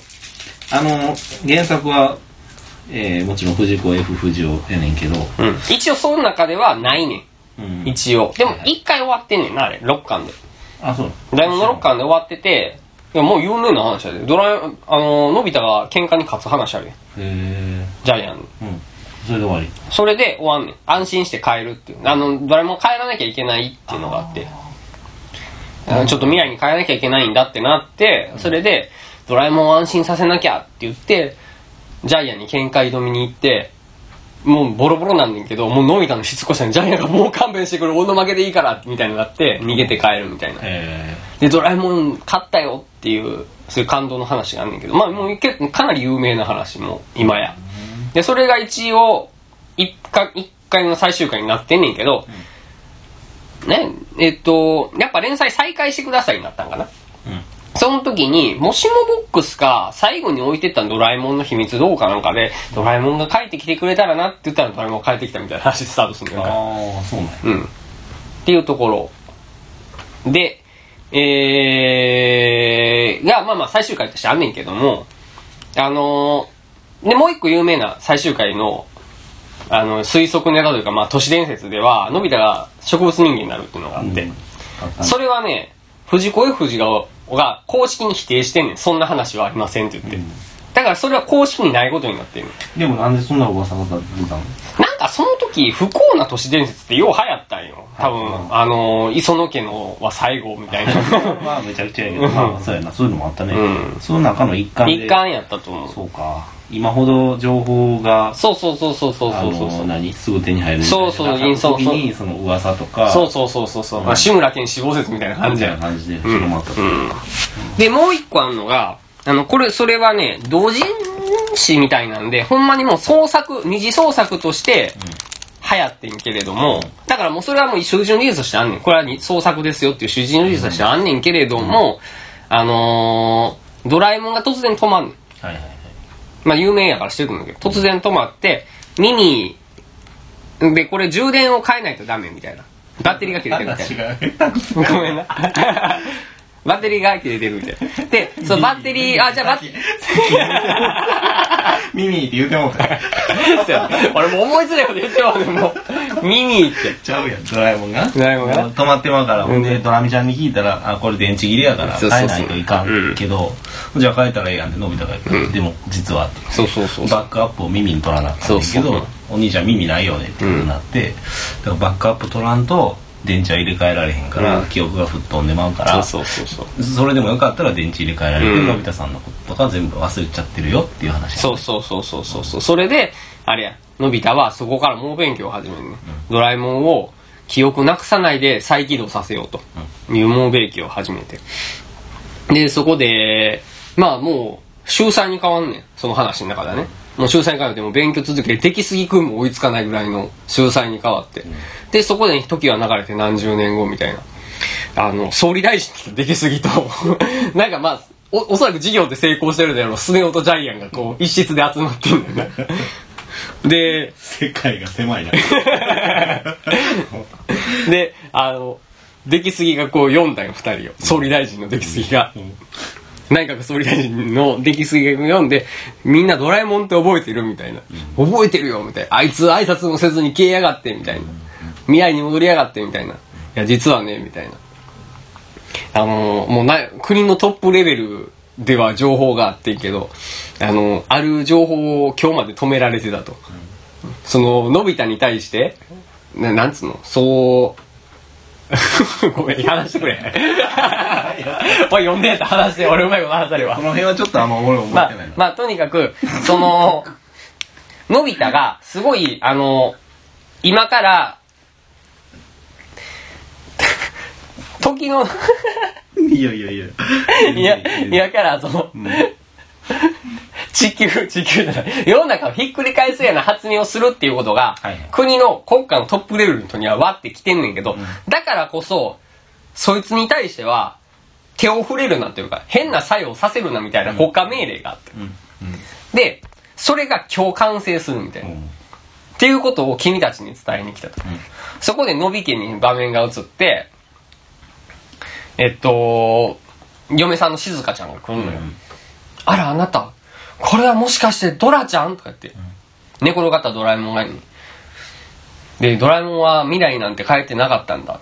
[SPEAKER 1] あの原作は、えー、もちろん藤子 F 不二雄やねんけど、
[SPEAKER 2] うん。一応その中ではないね
[SPEAKER 1] うん
[SPEAKER 2] ん。一応。でも、一回終わってんねんな、あれ。6巻で。
[SPEAKER 1] あそう
[SPEAKER 2] ドラえもんの6巻で終わってて、いや、もう有名な話やで。ドラえ、あの、のび太が喧嘩に勝つ話あるやん。
[SPEAKER 1] へ
[SPEAKER 2] ジャイアンに。
[SPEAKER 1] えうんそれで終わり
[SPEAKER 2] それで終わんねん。安心して帰るっていう。あの、ドラえもん帰らなきゃいけないっていうのがあって。あのちょっと未来に帰らなきゃいけないんだってなって、それで、ドラえもんを安心させなきゃって言って、ジャイアンに喧嘩挑みに行って、もうボロボロなんねんけど、もうのび太のしつこさにジャイアンがもう勘弁してくれ、俺の負けでいいから、みたいになって、逃げて帰るみたいな。
[SPEAKER 1] へ
[SPEAKER 2] で、ドラえもん勝ったよっていう、そういう感動の話があんねんけど、まあもう結構かなり有名な話も、今や。で、それが一応、一回、一回の最終回になってんねんけど、ね、えっと、やっぱ連載再開してくださいになったんかな。
[SPEAKER 1] えうん
[SPEAKER 2] その時に、もしもボックスか、最後に置いてったドラえもんの秘密どうかなんかで、ドラえもんが帰ってきてくれたらなって言ったらドラえもんが帰ってきたみたいな話スタートするんだよ。
[SPEAKER 1] ああそうなんや
[SPEAKER 2] うん。っていうところ。で、えー、が、まあまあ最終回としてあんねんけども、あのーで、もう一個有名な最終回の、あの、推測ネタというか、まあ都市伝説では、のび太が植物人間になるっていうのがあって、
[SPEAKER 1] うんあ
[SPEAKER 2] それはね、藤子 F 不二雄が公式に否定してんねん。そんな話はありませんって言って。
[SPEAKER 1] うん
[SPEAKER 2] だからそれは公式にないことになってる。
[SPEAKER 1] でもなんでそんな噂が出たの
[SPEAKER 2] なんかその時、不幸な都市伝説ってよう流行ったんよ。多分、
[SPEAKER 1] うん
[SPEAKER 2] あの、磯野家のは最後みた いな。
[SPEAKER 1] まあめちゃくちゃやけど、 まあそうやな、そういうのもあったね。
[SPEAKER 2] うん
[SPEAKER 1] その中の一環で。
[SPEAKER 2] 一貫やったと思う。
[SPEAKER 1] そうか。今ほど情報が、
[SPEAKER 2] そうそうそうそうそう
[SPEAKER 1] あ
[SPEAKER 2] そ
[SPEAKER 1] の
[SPEAKER 2] うそうそう。
[SPEAKER 1] 何すぐ手に入るみたい
[SPEAKER 2] そ
[SPEAKER 1] な
[SPEAKER 2] うそう
[SPEAKER 1] 中の時
[SPEAKER 2] そ
[SPEAKER 1] に、その噂とか、
[SPEAKER 2] そうそうそうそうそう。
[SPEAKER 1] うん
[SPEAKER 2] 志村けん死亡説みたいな感
[SPEAKER 1] み
[SPEAKER 2] じ
[SPEAKER 1] たい
[SPEAKER 2] や。
[SPEAKER 1] なん感じで広まったと。
[SPEAKER 2] で、もう一個あるのが、あの、これ、それはね、同人誌みたいなんで、ほんまにもう創作、二次創作として、流行ってんけれども、だからもうそれはもう主人リリースとしてあんねん。これはに創作ですよっていう主人リリースとしてあんねんけれども、あのー、ドラえもんが突然止まんねん。
[SPEAKER 1] はいはいはい。
[SPEAKER 2] まあ有名やからしてるんだけど、突然止まって、ミニで、これ充電を変えないとダメみたいな。バッテリーが切れてるみたいな。
[SPEAKER 1] 話が。
[SPEAKER 2] ごめんな。バッテリーが切れてるみたいな。で、そのバッテリー、あ、じゃあバッテリー、
[SPEAKER 1] 耳って言うてもうた。
[SPEAKER 2] そうやね俺もう思いつないこと言ってももう、耳って。
[SPEAKER 1] ちゃうやん、ドラえもんが。
[SPEAKER 2] ドラえもんがな
[SPEAKER 1] 止まってまうから、ほん
[SPEAKER 2] う
[SPEAKER 1] で、ドラミちゃんに聞いたら、あ、これ電池切れやから、
[SPEAKER 2] そう
[SPEAKER 1] 変
[SPEAKER 2] そうそう
[SPEAKER 1] えないといかんけど、じゃあ変えたらええやんって、伸びたから、でも、実は、
[SPEAKER 2] そうそうそうそう。
[SPEAKER 1] バックアップを耳に取らなあかんねんけ
[SPEAKER 2] そうそう
[SPEAKER 1] ど、お兄ちゃん耳ないよねっていうふうになって、だからバックアップ取らんと、電池は入れ替えられへんから、
[SPEAKER 2] うん
[SPEAKER 1] 記憶が吹っ飛んでまうから、
[SPEAKER 2] そうそうそうそう。
[SPEAKER 1] それでもよかったら電池入れ替えられるけ
[SPEAKER 2] う
[SPEAKER 1] ど、
[SPEAKER 2] ん
[SPEAKER 1] のび太さんのこととか全部忘れちゃってるよっていう話
[SPEAKER 2] そうそうそうそうそうそう。それで、あれや、のび太はそこから猛勉強を始めるね。ドラえもんを記憶なくさないで再起動させようという猛勉強を始めて。で、そこで、まあもう、秀才に変わんねん。その話の中ではね。もう秀才に変わってもう勉強続けて、出来すぎくんも追いつかないぐらいの秀才に変わって。で、そこで時は流れて何十年後みたいな。あの、総理大臣の出来すぎと、 なんかまあ、お、おそらく事業で成功してるだろう、スネ夫とジャイアンがこう、一室で集まってんだよね。で、
[SPEAKER 1] 世界が狭いな
[SPEAKER 2] で、あの、出来すぎがこう読んだよ、二人を。総理大臣の出来すぎが。内閣総理大臣の出来すぎを読んで、みんなドラえもんって覚えてるみたいな。覚えてるよ、みたいな。あいつ挨拶もせずに消えやがって、みたいな。未来に戻りやがって、みたいな。いや、実はね、みたいな。あの、もうな、国のトップレベルでは情報があってんけど、あの、ある情報を今日まで止められてたと。その、のび太に対して、ななんつうのそう、 ごめん、話してくれ。 おい、呼んでやった話して、俺うまいこと話される わ
[SPEAKER 1] こ。の辺はちょっとあんま俺覚
[SPEAKER 2] ま
[SPEAKER 1] え
[SPEAKER 2] あ
[SPEAKER 1] てないな、、
[SPEAKER 2] まあ、とにかく、その、のび太が、すごい、あの、今から、 時の、
[SPEAKER 1] いやいやいや
[SPEAKER 2] いや、今から、その、地球、地球じゃない、世の中をひっくり返すような発明をするっていうことが、
[SPEAKER 1] はいはい
[SPEAKER 2] 国の国家のトップレベルの人にはわってきてんねんけど、だからこそ、そいつに対しては、手を触れるなというか、変な作用をさせるなみたいな国家命令があって。
[SPEAKER 1] うん
[SPEAKER 2] で、それが今日完成するみたいな。っていうことを君たちに伝えに来たと。そこでのび家に場面が映って、えっと、嫁さんの静香ちゃんが来るのよ。あら、あなた、これはもしかしてドラちゃんとか言って、寝転がったドラえもんがいるので、ドラえもんは未来なんて帰ってなかったんだ。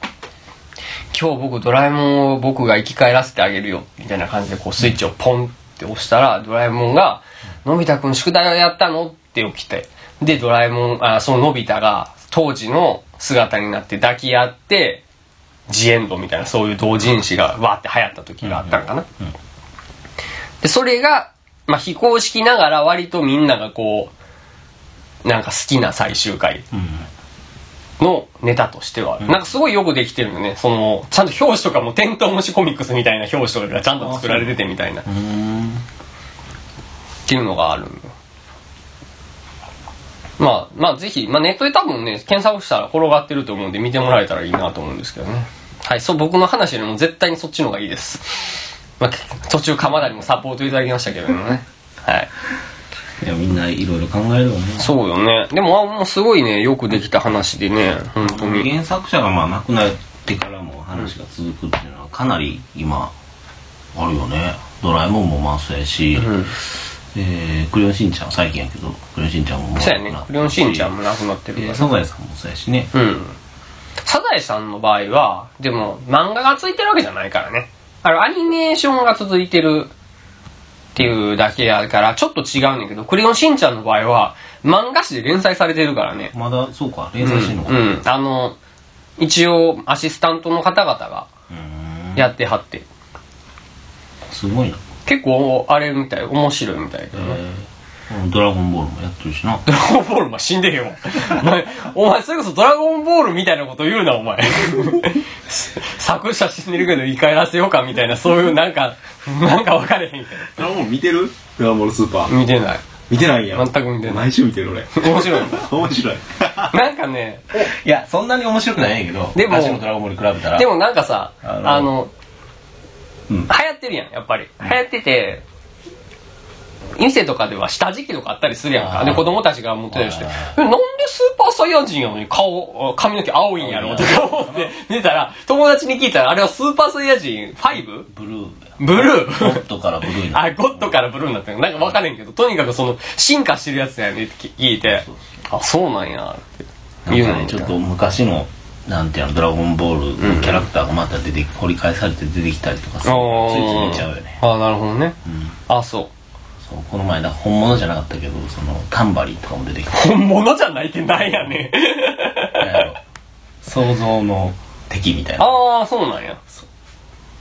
[SPEAKER 2] 今日僕ドラえもんを僕が生き返らせてあげるよ、みたいな感じでこうスイッチをポンって押したら、ドラえもんが、のび太くん宿題をやったのって起きて。で、ドラえもん、あ、そののび太が当時の姿になって抱き合って、ジエンドみたいなそういう同人誌がわーって流行った時があったのかな。で、それが、まあ、非公式ながら割とみんながこう、なんか好きな最終回のネタとしては、なんかすごいよくできてるのね。その、ちゃんと表紙とかもテントウムシコミックスみたいな表紙とかがちゃんと作られててみたいな。っていうのがあるのよまあ、まあぜひ、まあネットで多分ね、検索したら転がってると思うんで見てもらえたらいいなと思うんですけどね。はい、そう、僕の話よりも絶対にそっちの方がいいです。まあ、途中鎌田にもサポートいただきましたけれどもね。はい。
[SPEAKER 1] いやみんないろいろ考えるよね
[SPEAKER 2] そうよね。でも、あもうすごいね、よくできた話でね、本当に。
[SPEAKER 1] 原作者がまあ亡くなってからも話が続くっていうのはかなり今あるよねドラえもんもまあそうやし、えークレヨンしんちゃん最近やけどクレヨンしんちゃんもも
[SPEAKER 2] そうやね。クレヨンしんちゃん
[SPEAKER 1] も
[SPEAKER 2] も亡くなってるから。
[SPEAKER 1] サザエさんもそうやしね
[SPEAKER 2] うん。サザエさんの場合は、でも漫画がついてるわけじゃないからね。あの、アニメーションが続いてるっていうだけやから、ちょっと違うねんけど、クレヨンしんちゃんの場合は、漫画誌で連載されてるからね。
[SPEAKER 1] まだそうか連
[SPEAKER 2] う
[SPEAKER 1] 載してんのか
[SPEAKER 2] ん。うん、あの、一応、アシスタントの方々が
[SPEAKER 1] うん
[SPEAKER 2] やってはって。
[SPEAKER 1] すごいな、
[SPEAKER 2] 結構、あれみたい、面白いみたいだよね。
[SPEAKER 1] えードラゴンボールもやってるしな
[SPEAKER 2] ドラゴンボールは死んでへんわ。お前、お前それこそドラゴンボールみたいなこと言うな、お前。作者死んでるけど言い返らせようかみたいな、そういうなんか、なんか分かれへんけ
[SPEAKER 1] ドラゴン見てるドラゴンボールスーパー
[SPEAKER 2] ど。見てない。
[SPEAKER 1] 見てないや
[SPEAKER 2] 全く見てない。
[SPEAKER 1] 週見てる俺
[SPEAKER 2] 面白い の。
[SPEAKER 1] 面白い
[SPEAKER 2] なんかね、
[SPEAKER 1] いやそんなに面白くないんやけど
[SPEAKER 2] でも
[SPEAKER 1] 昔のドラゴンボールに比べたら
[SPEAKER 2] でもなんかさ、
[SPEAKER 1] あの
[SPEAKER 2] あの、
[SPEAKER 1] うん
[SPEAKER 2] 流行ってるやん、やっぱり。流行ってて、店とかでは下敷きとかあったりするやん
[SPEAKER 3] あ
[SPEAKER 2] か。
[SPEAKER 3] ー
[SPEAKER 2] で、子供たちが持ってたりして、
[SPEAKER 3] はい
[SPEAKER 2] えなんでスーパーサイヤ人やのに顔、あ髪の毛青いんやろとか思って見てたら、友達に聞いたら、あれはスーパーサイヤ人 5?
[SPEAKER 1] ブルーや
[SPEAKER 2] ブル
[SPEAKER 1] ゴ
[SPEAKER 2] ー
[SPEAKER 1] ッドからブルーにな
[SPEAKER 2] あ、ゴッドからブルーになったのなんか分かれんけど、とにかくその、進化してるやつだよねって聞いて、あ、そうなんや、って
[SPEAKER 1] る
[SPEAKER 2] 言う
[SPEAKER 1] なん
[SPEAKER 2] の
[SPEAKER 1] かねちょ
[SPEAKER 2] みたい
[SPEAKER 1] っ
[SPEAKER 2] な
[SPEAKER 1] と昔のなんていうのドラゴンボールのキャラクターがまた出て掘り返されて出てきたりとかする
[SPEAKER 2] あ
[SPEAKER 1] ついつい
[SPEAKER 2] ー
[SPEAKER 1] 見ちゃうよね
[SPEAKER 2] あーなるほどね。あ、そう。
[SPEAKER 1] そうこの前だ本物じゃなかったけどそのタンバリンとかも出てきた
[SPEAKER 2] 本物じゃないってなんやねん。
[SPEAKER 1] なんやろ想像の敵みたいな
[SPEAKER 2] ああ、そうなんや。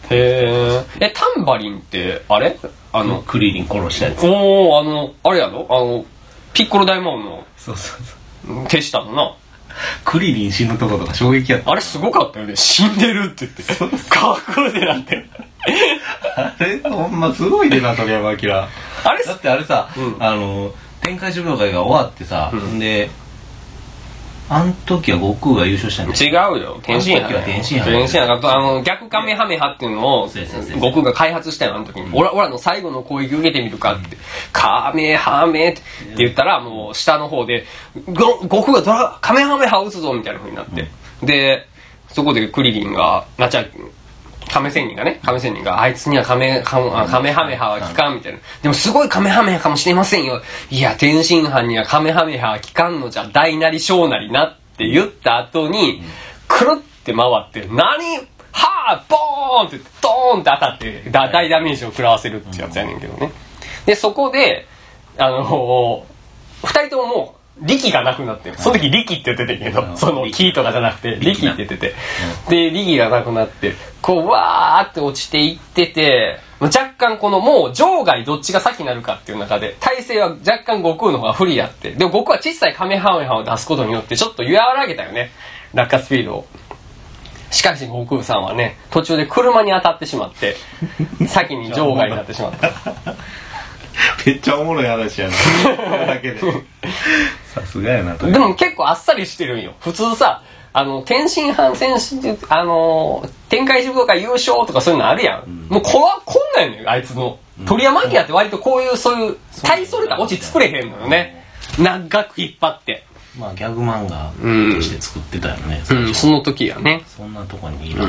[SPEAKER 2] へえ。え、タンバリンって、あれあ
[SPEAKER 1] あの
[SPEAKER 2] の、
[SPEAKER 1] クリリン殺したやつ
[SPEAKER 2] おおあの、あれやろあの、ピッコロ大魔王
[SPEAKER 1] そうそうそう
[SPEAKER 2] の手下のな。
[SPEAKER 1] クリリン死ぬとことか衝撃やった
[SPEAKER 2] あれすごかったよね。死んでるって言って。かっこいいな って。
[SPEAKER 1] あれほんますごいねな鳥山明だ
[SPEAKER 2] あれ
[SPEAKER 1] ってあれさ、
[SPEAKER 2] うん
[SPEAKER 1] あの天界修行会が終わってさ、
[SPEAKER 2] うん
[SPEAKER 1] であん時は悟空が優勝したんだ
[SPEAKER 2] 違う
[SPEAKER 1] よ
[SPEAKER 2] よ。天津飯
[SPEAKER 1] あの時は天津飯
[SPEAKER 2] 天津飯あの、逆カメハメハっていうのを、
[SPEAKER 1] そうそうそう
[SPEAKER 2] 悟空が開発したよ、あの時に。オラ、オラの最後の攻撃受けてみるかって。カメハメって言ったら、もう下の方で、ご悟空がドラ、カメハメハ撃つぞみたいな風になって。で、そこでクリリンが、なちゃ、亀仙人がね、亀仙人が、あいつには亀、亀あ亀ハメハは効かんみたいな。でもすごいカメハメハかもしれませんよ。いや、天津飯にはカメハメハは効かんのじゃ、大なり小なりなって言った後に、くるって回って、何はぁボーンって、ドーンって当たって、だ大ダメージを食らわせるってやつやねんけどね。で、そこで、あの、二人とももう、力がなくなってる。その時力って言ってたけ
[SPEAKER 1] う
[SPEAKER 2] ど、
[SPEAKER 1] ん
[SPEAKER 2] そのキーとかじゃなくて、
[SPEAKER 1] 力
[SPEAKER 2] 力って言ってて。で、力がなくなって、こう、わーって落ちていってて、若干このもう場外どっちが先になるかっていう中で、体勢は若干悟空の方が不利やって。でも僕は小さいカメハメハを出すことによって、ちょっと和らげたよね。落下スピードを。しかし悟空さんはね、途中で車に当たってしまって、先に場外になってしまった。
[SPEAKER 1] めっちゃおもろい話やなこれだけで さすがやなと
[SPEAKER 2] でも結構あっさりしてるんよ。普通さ、あの、天津飯戦士って、あのー、天界志望会優勝とかそういうのあるやん。もうこわ、こんなんやねん、あいつの。鳥山明って割とこういう、そういう、大それたオチ作れへんのよね。長く引っ張って。
[SPEAKER 1] まあギャグ漫画として作ってたよね、
[SPEAKER 2] うん、その時やね。
[SPEAKER 1] そんなとこにいる、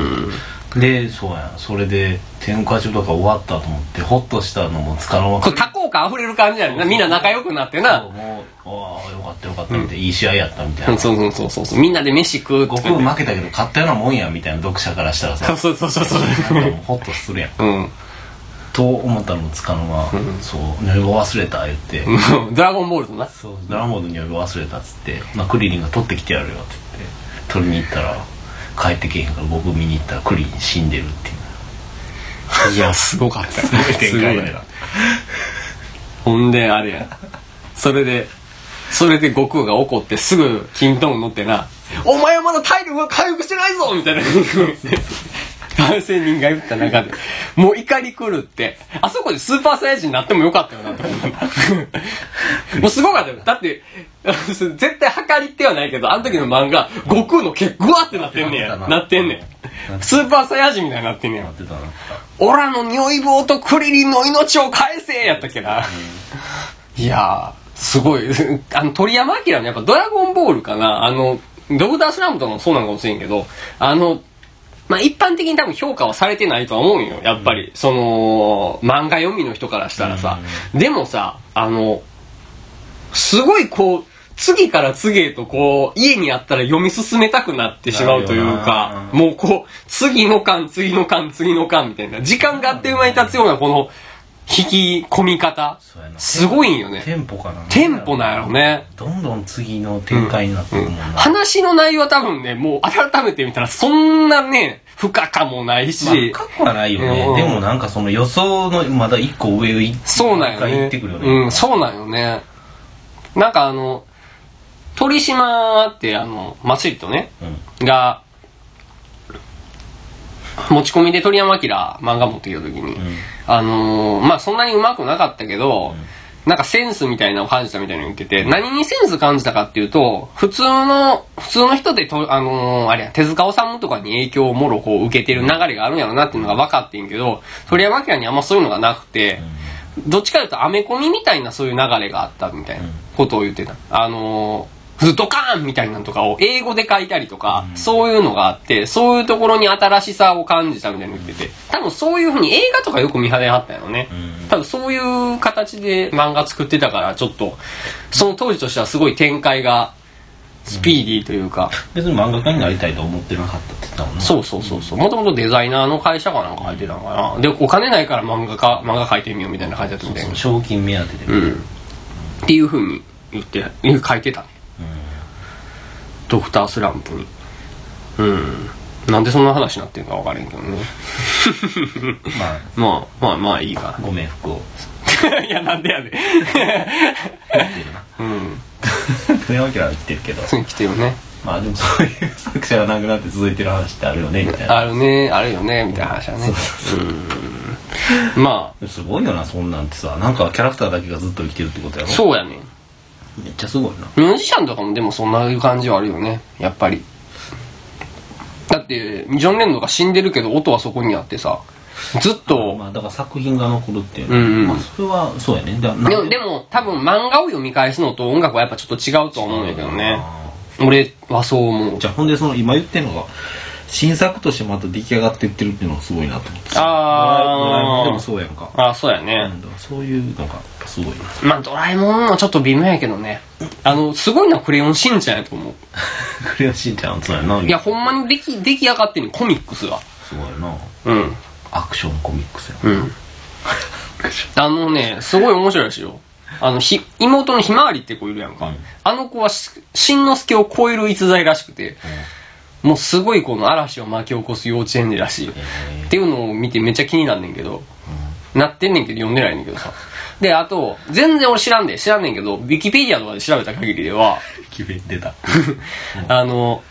[SPEAKER 1] でそうやんそれで天下中とか終わったと思ってホッとしたのもつかの間
[SPEAKER 2] こう多幸感溢れる感じやねんな。みんな仲良くなってな。
[SPEAKER 1] もうああよかったよかったみたいな、いい試合やったみたいな、
[SPEAKER 2] うんそうそうそうそうそう。みんなで飯食うって
[SPEAKER 1] 悟空負けたけど勝ったようなもんやみたいな読者からしたらさ
[SPEAKER 2] そうそうそうそう。
[SPEAKER 1] なんかもうホッとするやん
[SPEAKER 2] うん。
[SPEAKER 1] と思ったのもつかの間、そう「寝坊忘れた」言って、
[SPEAKER 2] ドラゴンボールとな。
[SPEAKER 1] そうドラゴンボールに呼び忘れたっつって、まあ、クリリンが取ってきてやるよっつって取りに行ったら帰ってけへんから僕見に行ったらクリリン死んでるっていう
[SPEAKER 2] いや、すごかった。す
[SPEAKER 1] すごいね
[SPEAKER 2] ほんで、あれや。それで、それで悟空が怒ってすぐキントン乗ってな、お前はまだ体力が回復してないぞみたいな。男性人が言った中で、もう怒り狂って、あそこでスーパーサイヤ人になってもよかったよなって思う。もうすごかったよ。だって、絶対測りってはないけど、あの時の漫画、悟空の毛、グワってなってんねや。なってんねん。スーパーサイヤ人みたいになってんねや
[SPEAKER 1] なっ。てたな
[SPEAKER 2] オラの匂い棒とクリリンの命を返せやったっけな。いやー、すごい。 あの、鳥山明のやっぱドラゴンボールかな。あの、ドクタースラムとかもそうなのかもしれんけど、あの、まあ、一般的に多分評価はされてないとは思うんよ。やっぱり、その、漫画読みの人からしたらさ。でもさ、あの、すごいこう、次から次へとこう、家にあったら読み進めたくなってしまうという
[SPEAKER 1] なるよ
[SPEAKER 2] か
[SPEAKER 1] な、
[SPEAKER 2] もうこう、次の巻、次の巻、次の巻みたいな、時間があってうまに立つようなこの、引き込み方
[SPEAKER 1] そうや、な
[SPEAKER 2] すごいんよね。
[SPEAKER 1] テンポかな
[SPEAKER 2] テンポなんやろね。
[SPEAKER 1] どんどん次の展開になってくもんな、
[SPEAKER 2] 話の内容は多分ね、もう改めて見たらそんなね、不可かもないし、
[SPEAKER 1] まあ、深くはないよね、
[SPEAKER 2] うん
[SPEAKER 1] でもなんかその予想のまだ一個上を一
[SPEAKER 2] そうなんよ
[SPEAKER 1] 回
[SPEAKER 2] ね。
[SPEAKER 1] 行ってくるよね、
[SPEAKER 2] うん、そうなんよね。なんかあの、鳥島ってあの、祭りとね、
[SPEAKER 1] うん
[SPEAKER 2] が、持ち込みで鳥山明漫画持ってきた時に、
[SPEAKER 1] ん
[SPEAKER 2] あのーまあそんなにうまくなかったけど、なんかセンスみたいなのを感じたみたいに言ってて、何にセンス感じたかっていうと、普通の、普通の人でと、あのーあれや、手塚治虫とかに影響をもろこう受けてる流れがあるんやろなっていうのが分かってんけど、鳥山明にあんまそういうのがなくて、どっちかというとアメコミみたいなそういう流れがあったみたいなことを言ってた。あのー、ドカーンみたいなのとかを英語で書いたりとか、そういうのがあって、そういうところに新しさを感じたみたいなの言ってて、多分そういうふうに映画とかよく見張りはったんやろね。多分そういう形で漫画作ってたから、ちょっと、その当時としてはすごい展開がスピーディーというか、
[SPEAKER 1] 別に漫画家になりたいと思ってなかったって言ってたもんな
[SPEAKER 2] そうそうそうそう。もともとデザイナーの会社かなんか入ってたのかな。で、お金ないから漫画か、漫画描いてみようみたいな感じだったみたいな。
[SPEAKER 1] 賞金目当てで、
[SPEAKER 2] うん。っていう風に言って、言う書いてたね。ドクタースランプに。うん。なんでそんな話になってるか分からへんけどね。
[SPEAKER 1] まあ
[SPEAKER 2] まあ、まあまあいいか
[SPEAKER 1] ご冥福を
[SPEAKER 2] な。いや、なんでやねん。
[SPEAKER 1] 国明は生きてるけど
[SPEAKER 2] 次来てよね。
[SPEAKER 1] まあでもそういう作者がなくなって続いてる話ってあるよねみたいな
[SPEAKER 2] あるね、あるよね、みたいな話はね。うん。ます
[SPEAKER 1] ごいよなそんなんってさなんかキャラクターだけがずっと生きてるってことや
[SPEAKER 2] あ、
[SPEAKER 1] ろ
[SPEAKER 2] そうやね。
[SPEAKER 1] めっちゃすごいな
[SPEAKER 2] ミュージシャンとかもでもそんな感じはあるよねやっぱりだってジョン・レノンが死んでるけど音はそこにあってさずっと
[SPEAKER 1] まあだから作品が残るっていう、
[SPEAKER 2] うんうん
[SPEAKER 1] まあそれはそうやねだな
[SPEAKER 2] でもでも多分漫画を読み返すのと音楽はやっぱちょっと違うとは思うんだけどね俺はそう思う
[SPEAKER 1] じゃあほんでその今言ってるのが新作としてまた出来上がっていってるっていうのがすごいなと思ってドラえもん
[SPEAKER 2] あ
[SPEAKER 1] でも
[SPEAKER 2] ー
[SPEAKER 1] そうやんか
[SPEAKER 2] あそうやね、
[SPEAKER 1] なんだそういうのがすごいな
[SPEAKER 2] まあドラえもんはちょっと微妙やけどねあのすごいのはクレヨンしんちゃんやと思う
[SPEAKER 1] クレヨンしんちゃんそうやない
[SPEAKER 2] やほんまに出来出来上がってんねんコミックスが
[SPEAKER 1] すごいな
[SPEAKER 2] うん
[SPEAKER 1] アクションコミックスや
[SPEAKER 2] うん。あのね、すごい面白いですよ。あの、ひ、妹のひまわりって子いるやんか。あの子はし、しんのすけを超える逸材らしくて、もうすごいこの嵐を巻き起こす幼稚園児らしい。っていうのを見てめっちゃ気になんねんけど、なってんねんけど読んでないねんけどさ。で、あと、全然俺知らんで、知らんねんけど、ウィキペディアとかで調べた限りでは、
[SPEAKER 1] 決め出た
[SPEAKER 2] あの、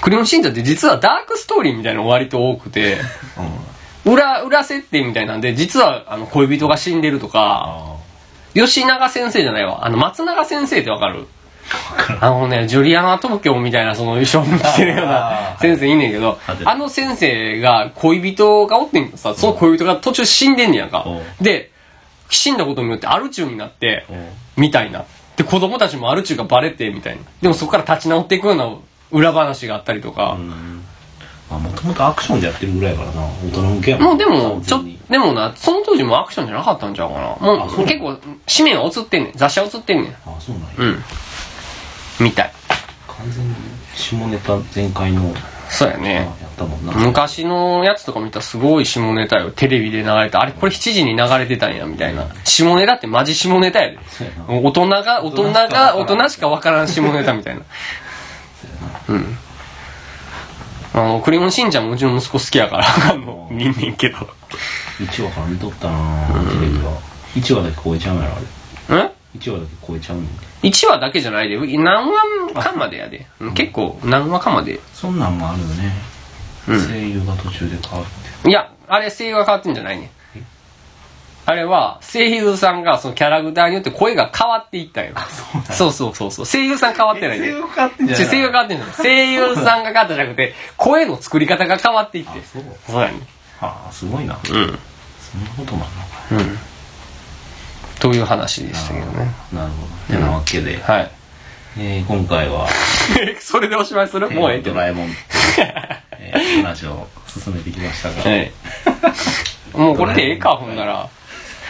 [SPEAKER 2] クレヨンしんちゃんって実はダークストーリーみたいなの割と多くて、
[SPEAKER 1] うん
[SPEAKER 2] 裏、裏設定みたいなんで、実は、あの、恋人が死んでるとか、
[SPEAKER 1] あ
[SPEAKER 2] 吉永先生じゃないわ。あの、松永先生ってわかるあのね、ジュリアナ東京みたいな、その、衣装も着てるような
[SPEAKER 1] あー
[SPEAKER 2] 先生いんねんけど
[SPEAKER 1] はい、
[SPEAKER 2] あの先生が恋人がおってんけどさ、その恋人が途中死んでんねやんか
[SPEAKER 1] おう。
[SPEAKER 2] で、死んだことによってアルチューになって
[SPEAKER 1] おう、
[SPEAKER 2] みたいな。で、子供たちもアルチューがバレて、みたいな。でもそこから立ち直っていくような裏話があったりとか。
[SPEAKER 1] あもともとアクションでやってるぐらいやからな大人向けや
[SPEAKER 2] も
[SPEAKER 1] も
[SPEAKER 2] うんでも、ちょ
[SPEAKER 1] 完全に、
[SPEAKER 2] でもな、その当時もうアクションじゃなかったんちゃうかな。も
[SPEAKER 1] あそうう
[SPEAKER 2] 結構、紙面は映ってんねん。雑誌は映ってんねん。
[SPEAKER 1] あそうなんや、
[SPEAKER 2] うん。みたい。
[SPEAKER 1] 完全に下ネタ全開の
[SPEAKER 2] そうや
[SPEAKER 1] あ
[SPEAKER 2] ね。
[SPEAKER 1] やったもんな、
[SPEAKER 2] 昔のやつとか見たらすごい下ネタよ。テレビで流れた。あれこれ7時に流れてたんや、みたいな。下ネタってマジ下ネタやで。
[SPEAKER 1] そうやな
[SPEAKER 2] 大人が、大人が、大人しかわからん下ネタみたいな。うん。あの、クレヨンしんちゃんもうちの息子好きやから、あの、見んねんけど。
[SPEAKER 1] 1話から見とったなテレビは1話だけ超えちゃうんやろあれ
[SPEAKER 2] ん
[SPEAKER 1] 1話だけ超えちゃうねん
[SPEAKER 2] 1話だけじゃないで何話かまでやでうん結構何話かまで
[SPEAKER 1] そんなんもあるよね、声優が途中で変わるって
[SPEAKER 2] いやあれ声優が変わってんじゃないねあれは声優さんがそのキャラクターによって声が変わっていったんよそうそうそうそう声優さん変わってないね
[SPEAKER 1] が変わってん
[SPEAKER 2] 違う声優が変わってんじゃない声優さんが変わったじゃなくて声の作り方が変わっていって
[SPEAKER 1] そう
[SPEAKER 2] そうやね
[SPEAKER 1] ああすごいな、
[SPEAKER 2] うん
[SPEAKER 1] そんなこともある
[SPEAKER 2] という話でしたけど
[SPEAKER 1] のか
[SPEAKER 2] ね
[SPEAKER 1] ななるほどてなわけで、
[SPEAKER 2] はい
[SPEAKER 1] えー、今回は
[SPEAKER 2] それでおしまいするもうええけ
[SPEAKER 1] ド
[SPEAKER 2] ど
[SPEAKER 1] ラえも ん、えー話を進めてきましたが、
[SPEAKER 2] はい。もうこれでええか、ほんなら。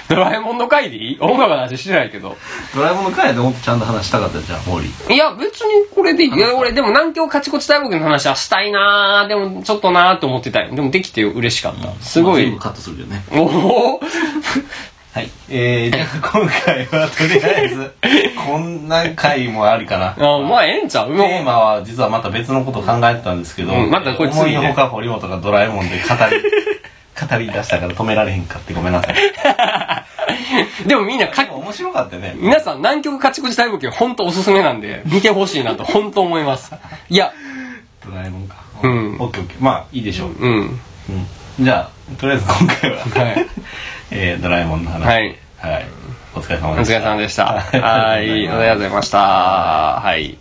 [SPEAKER 2] ドラえもんの回でいい音楽の話してないけど。
[SPEAKER 1] ドラえもんの回でもっとちゃんと話したかったじゃんモーリー
[SPEAKER 2] いや、別にこれでいい。いや、俺でも南京カチコチ大冒険の話はしたいなぁ。でもちょっとなぁと思ってたよ。でもできて嬉しかった。すご
[SPEAKER 1] 全
[SPEAKER 2] い
[SPEAKER 1] 部。カットするよね
[SPEAKER 2] おお
[SPEAKER 1] はいえー、 じゃあ今回はとりあえずこんな回も ありかな
[SPEAKER 2] あ、まあええんちゃう
[SPEAKER 1] テーマは実はまた別のことを考えてたんですけど、
[SPEAKER 2] うんまたこれ次ね
[SPEAKER 1] 思いのほか堀本がドラえもんで語り 語り出したから止められへんかってごめんなさい
[SPEAKER 2] でもみんな
[SPEAKER 1] で
[SPEAKER 2] か、
[SPEAKER 1] も面白かったよね
[SPEAKER 2] 皆さん南極カチコチ大冒険ほんとおすすめなんで、見てほしいなとほんと思います。いや、
[SPEAKER 1] ドラえもんか
[SPEAKER 2] うん
[SPEAKER 1] オッケーオッケーまあいいでしょう、
[SPEAKER 2] うん。
[SPEAKER 1] うんじゃあとりあえず今回は、
[SPEAKER 2] はい
[SPEAKER 1] えードラえもんの話
[SPEAKER 2] はい、
[SPEAKER 1] はいお疲れ様
[SPEAKER 2] お
[SPEAKER 1] で
[SPEAKER 2] 疲
[SPEAKER 1] した
[SPEAKER 2] れ様でした。
[SPEAKER 1] はい
[SPEAKER 2] はい、ありがとうございました。はい。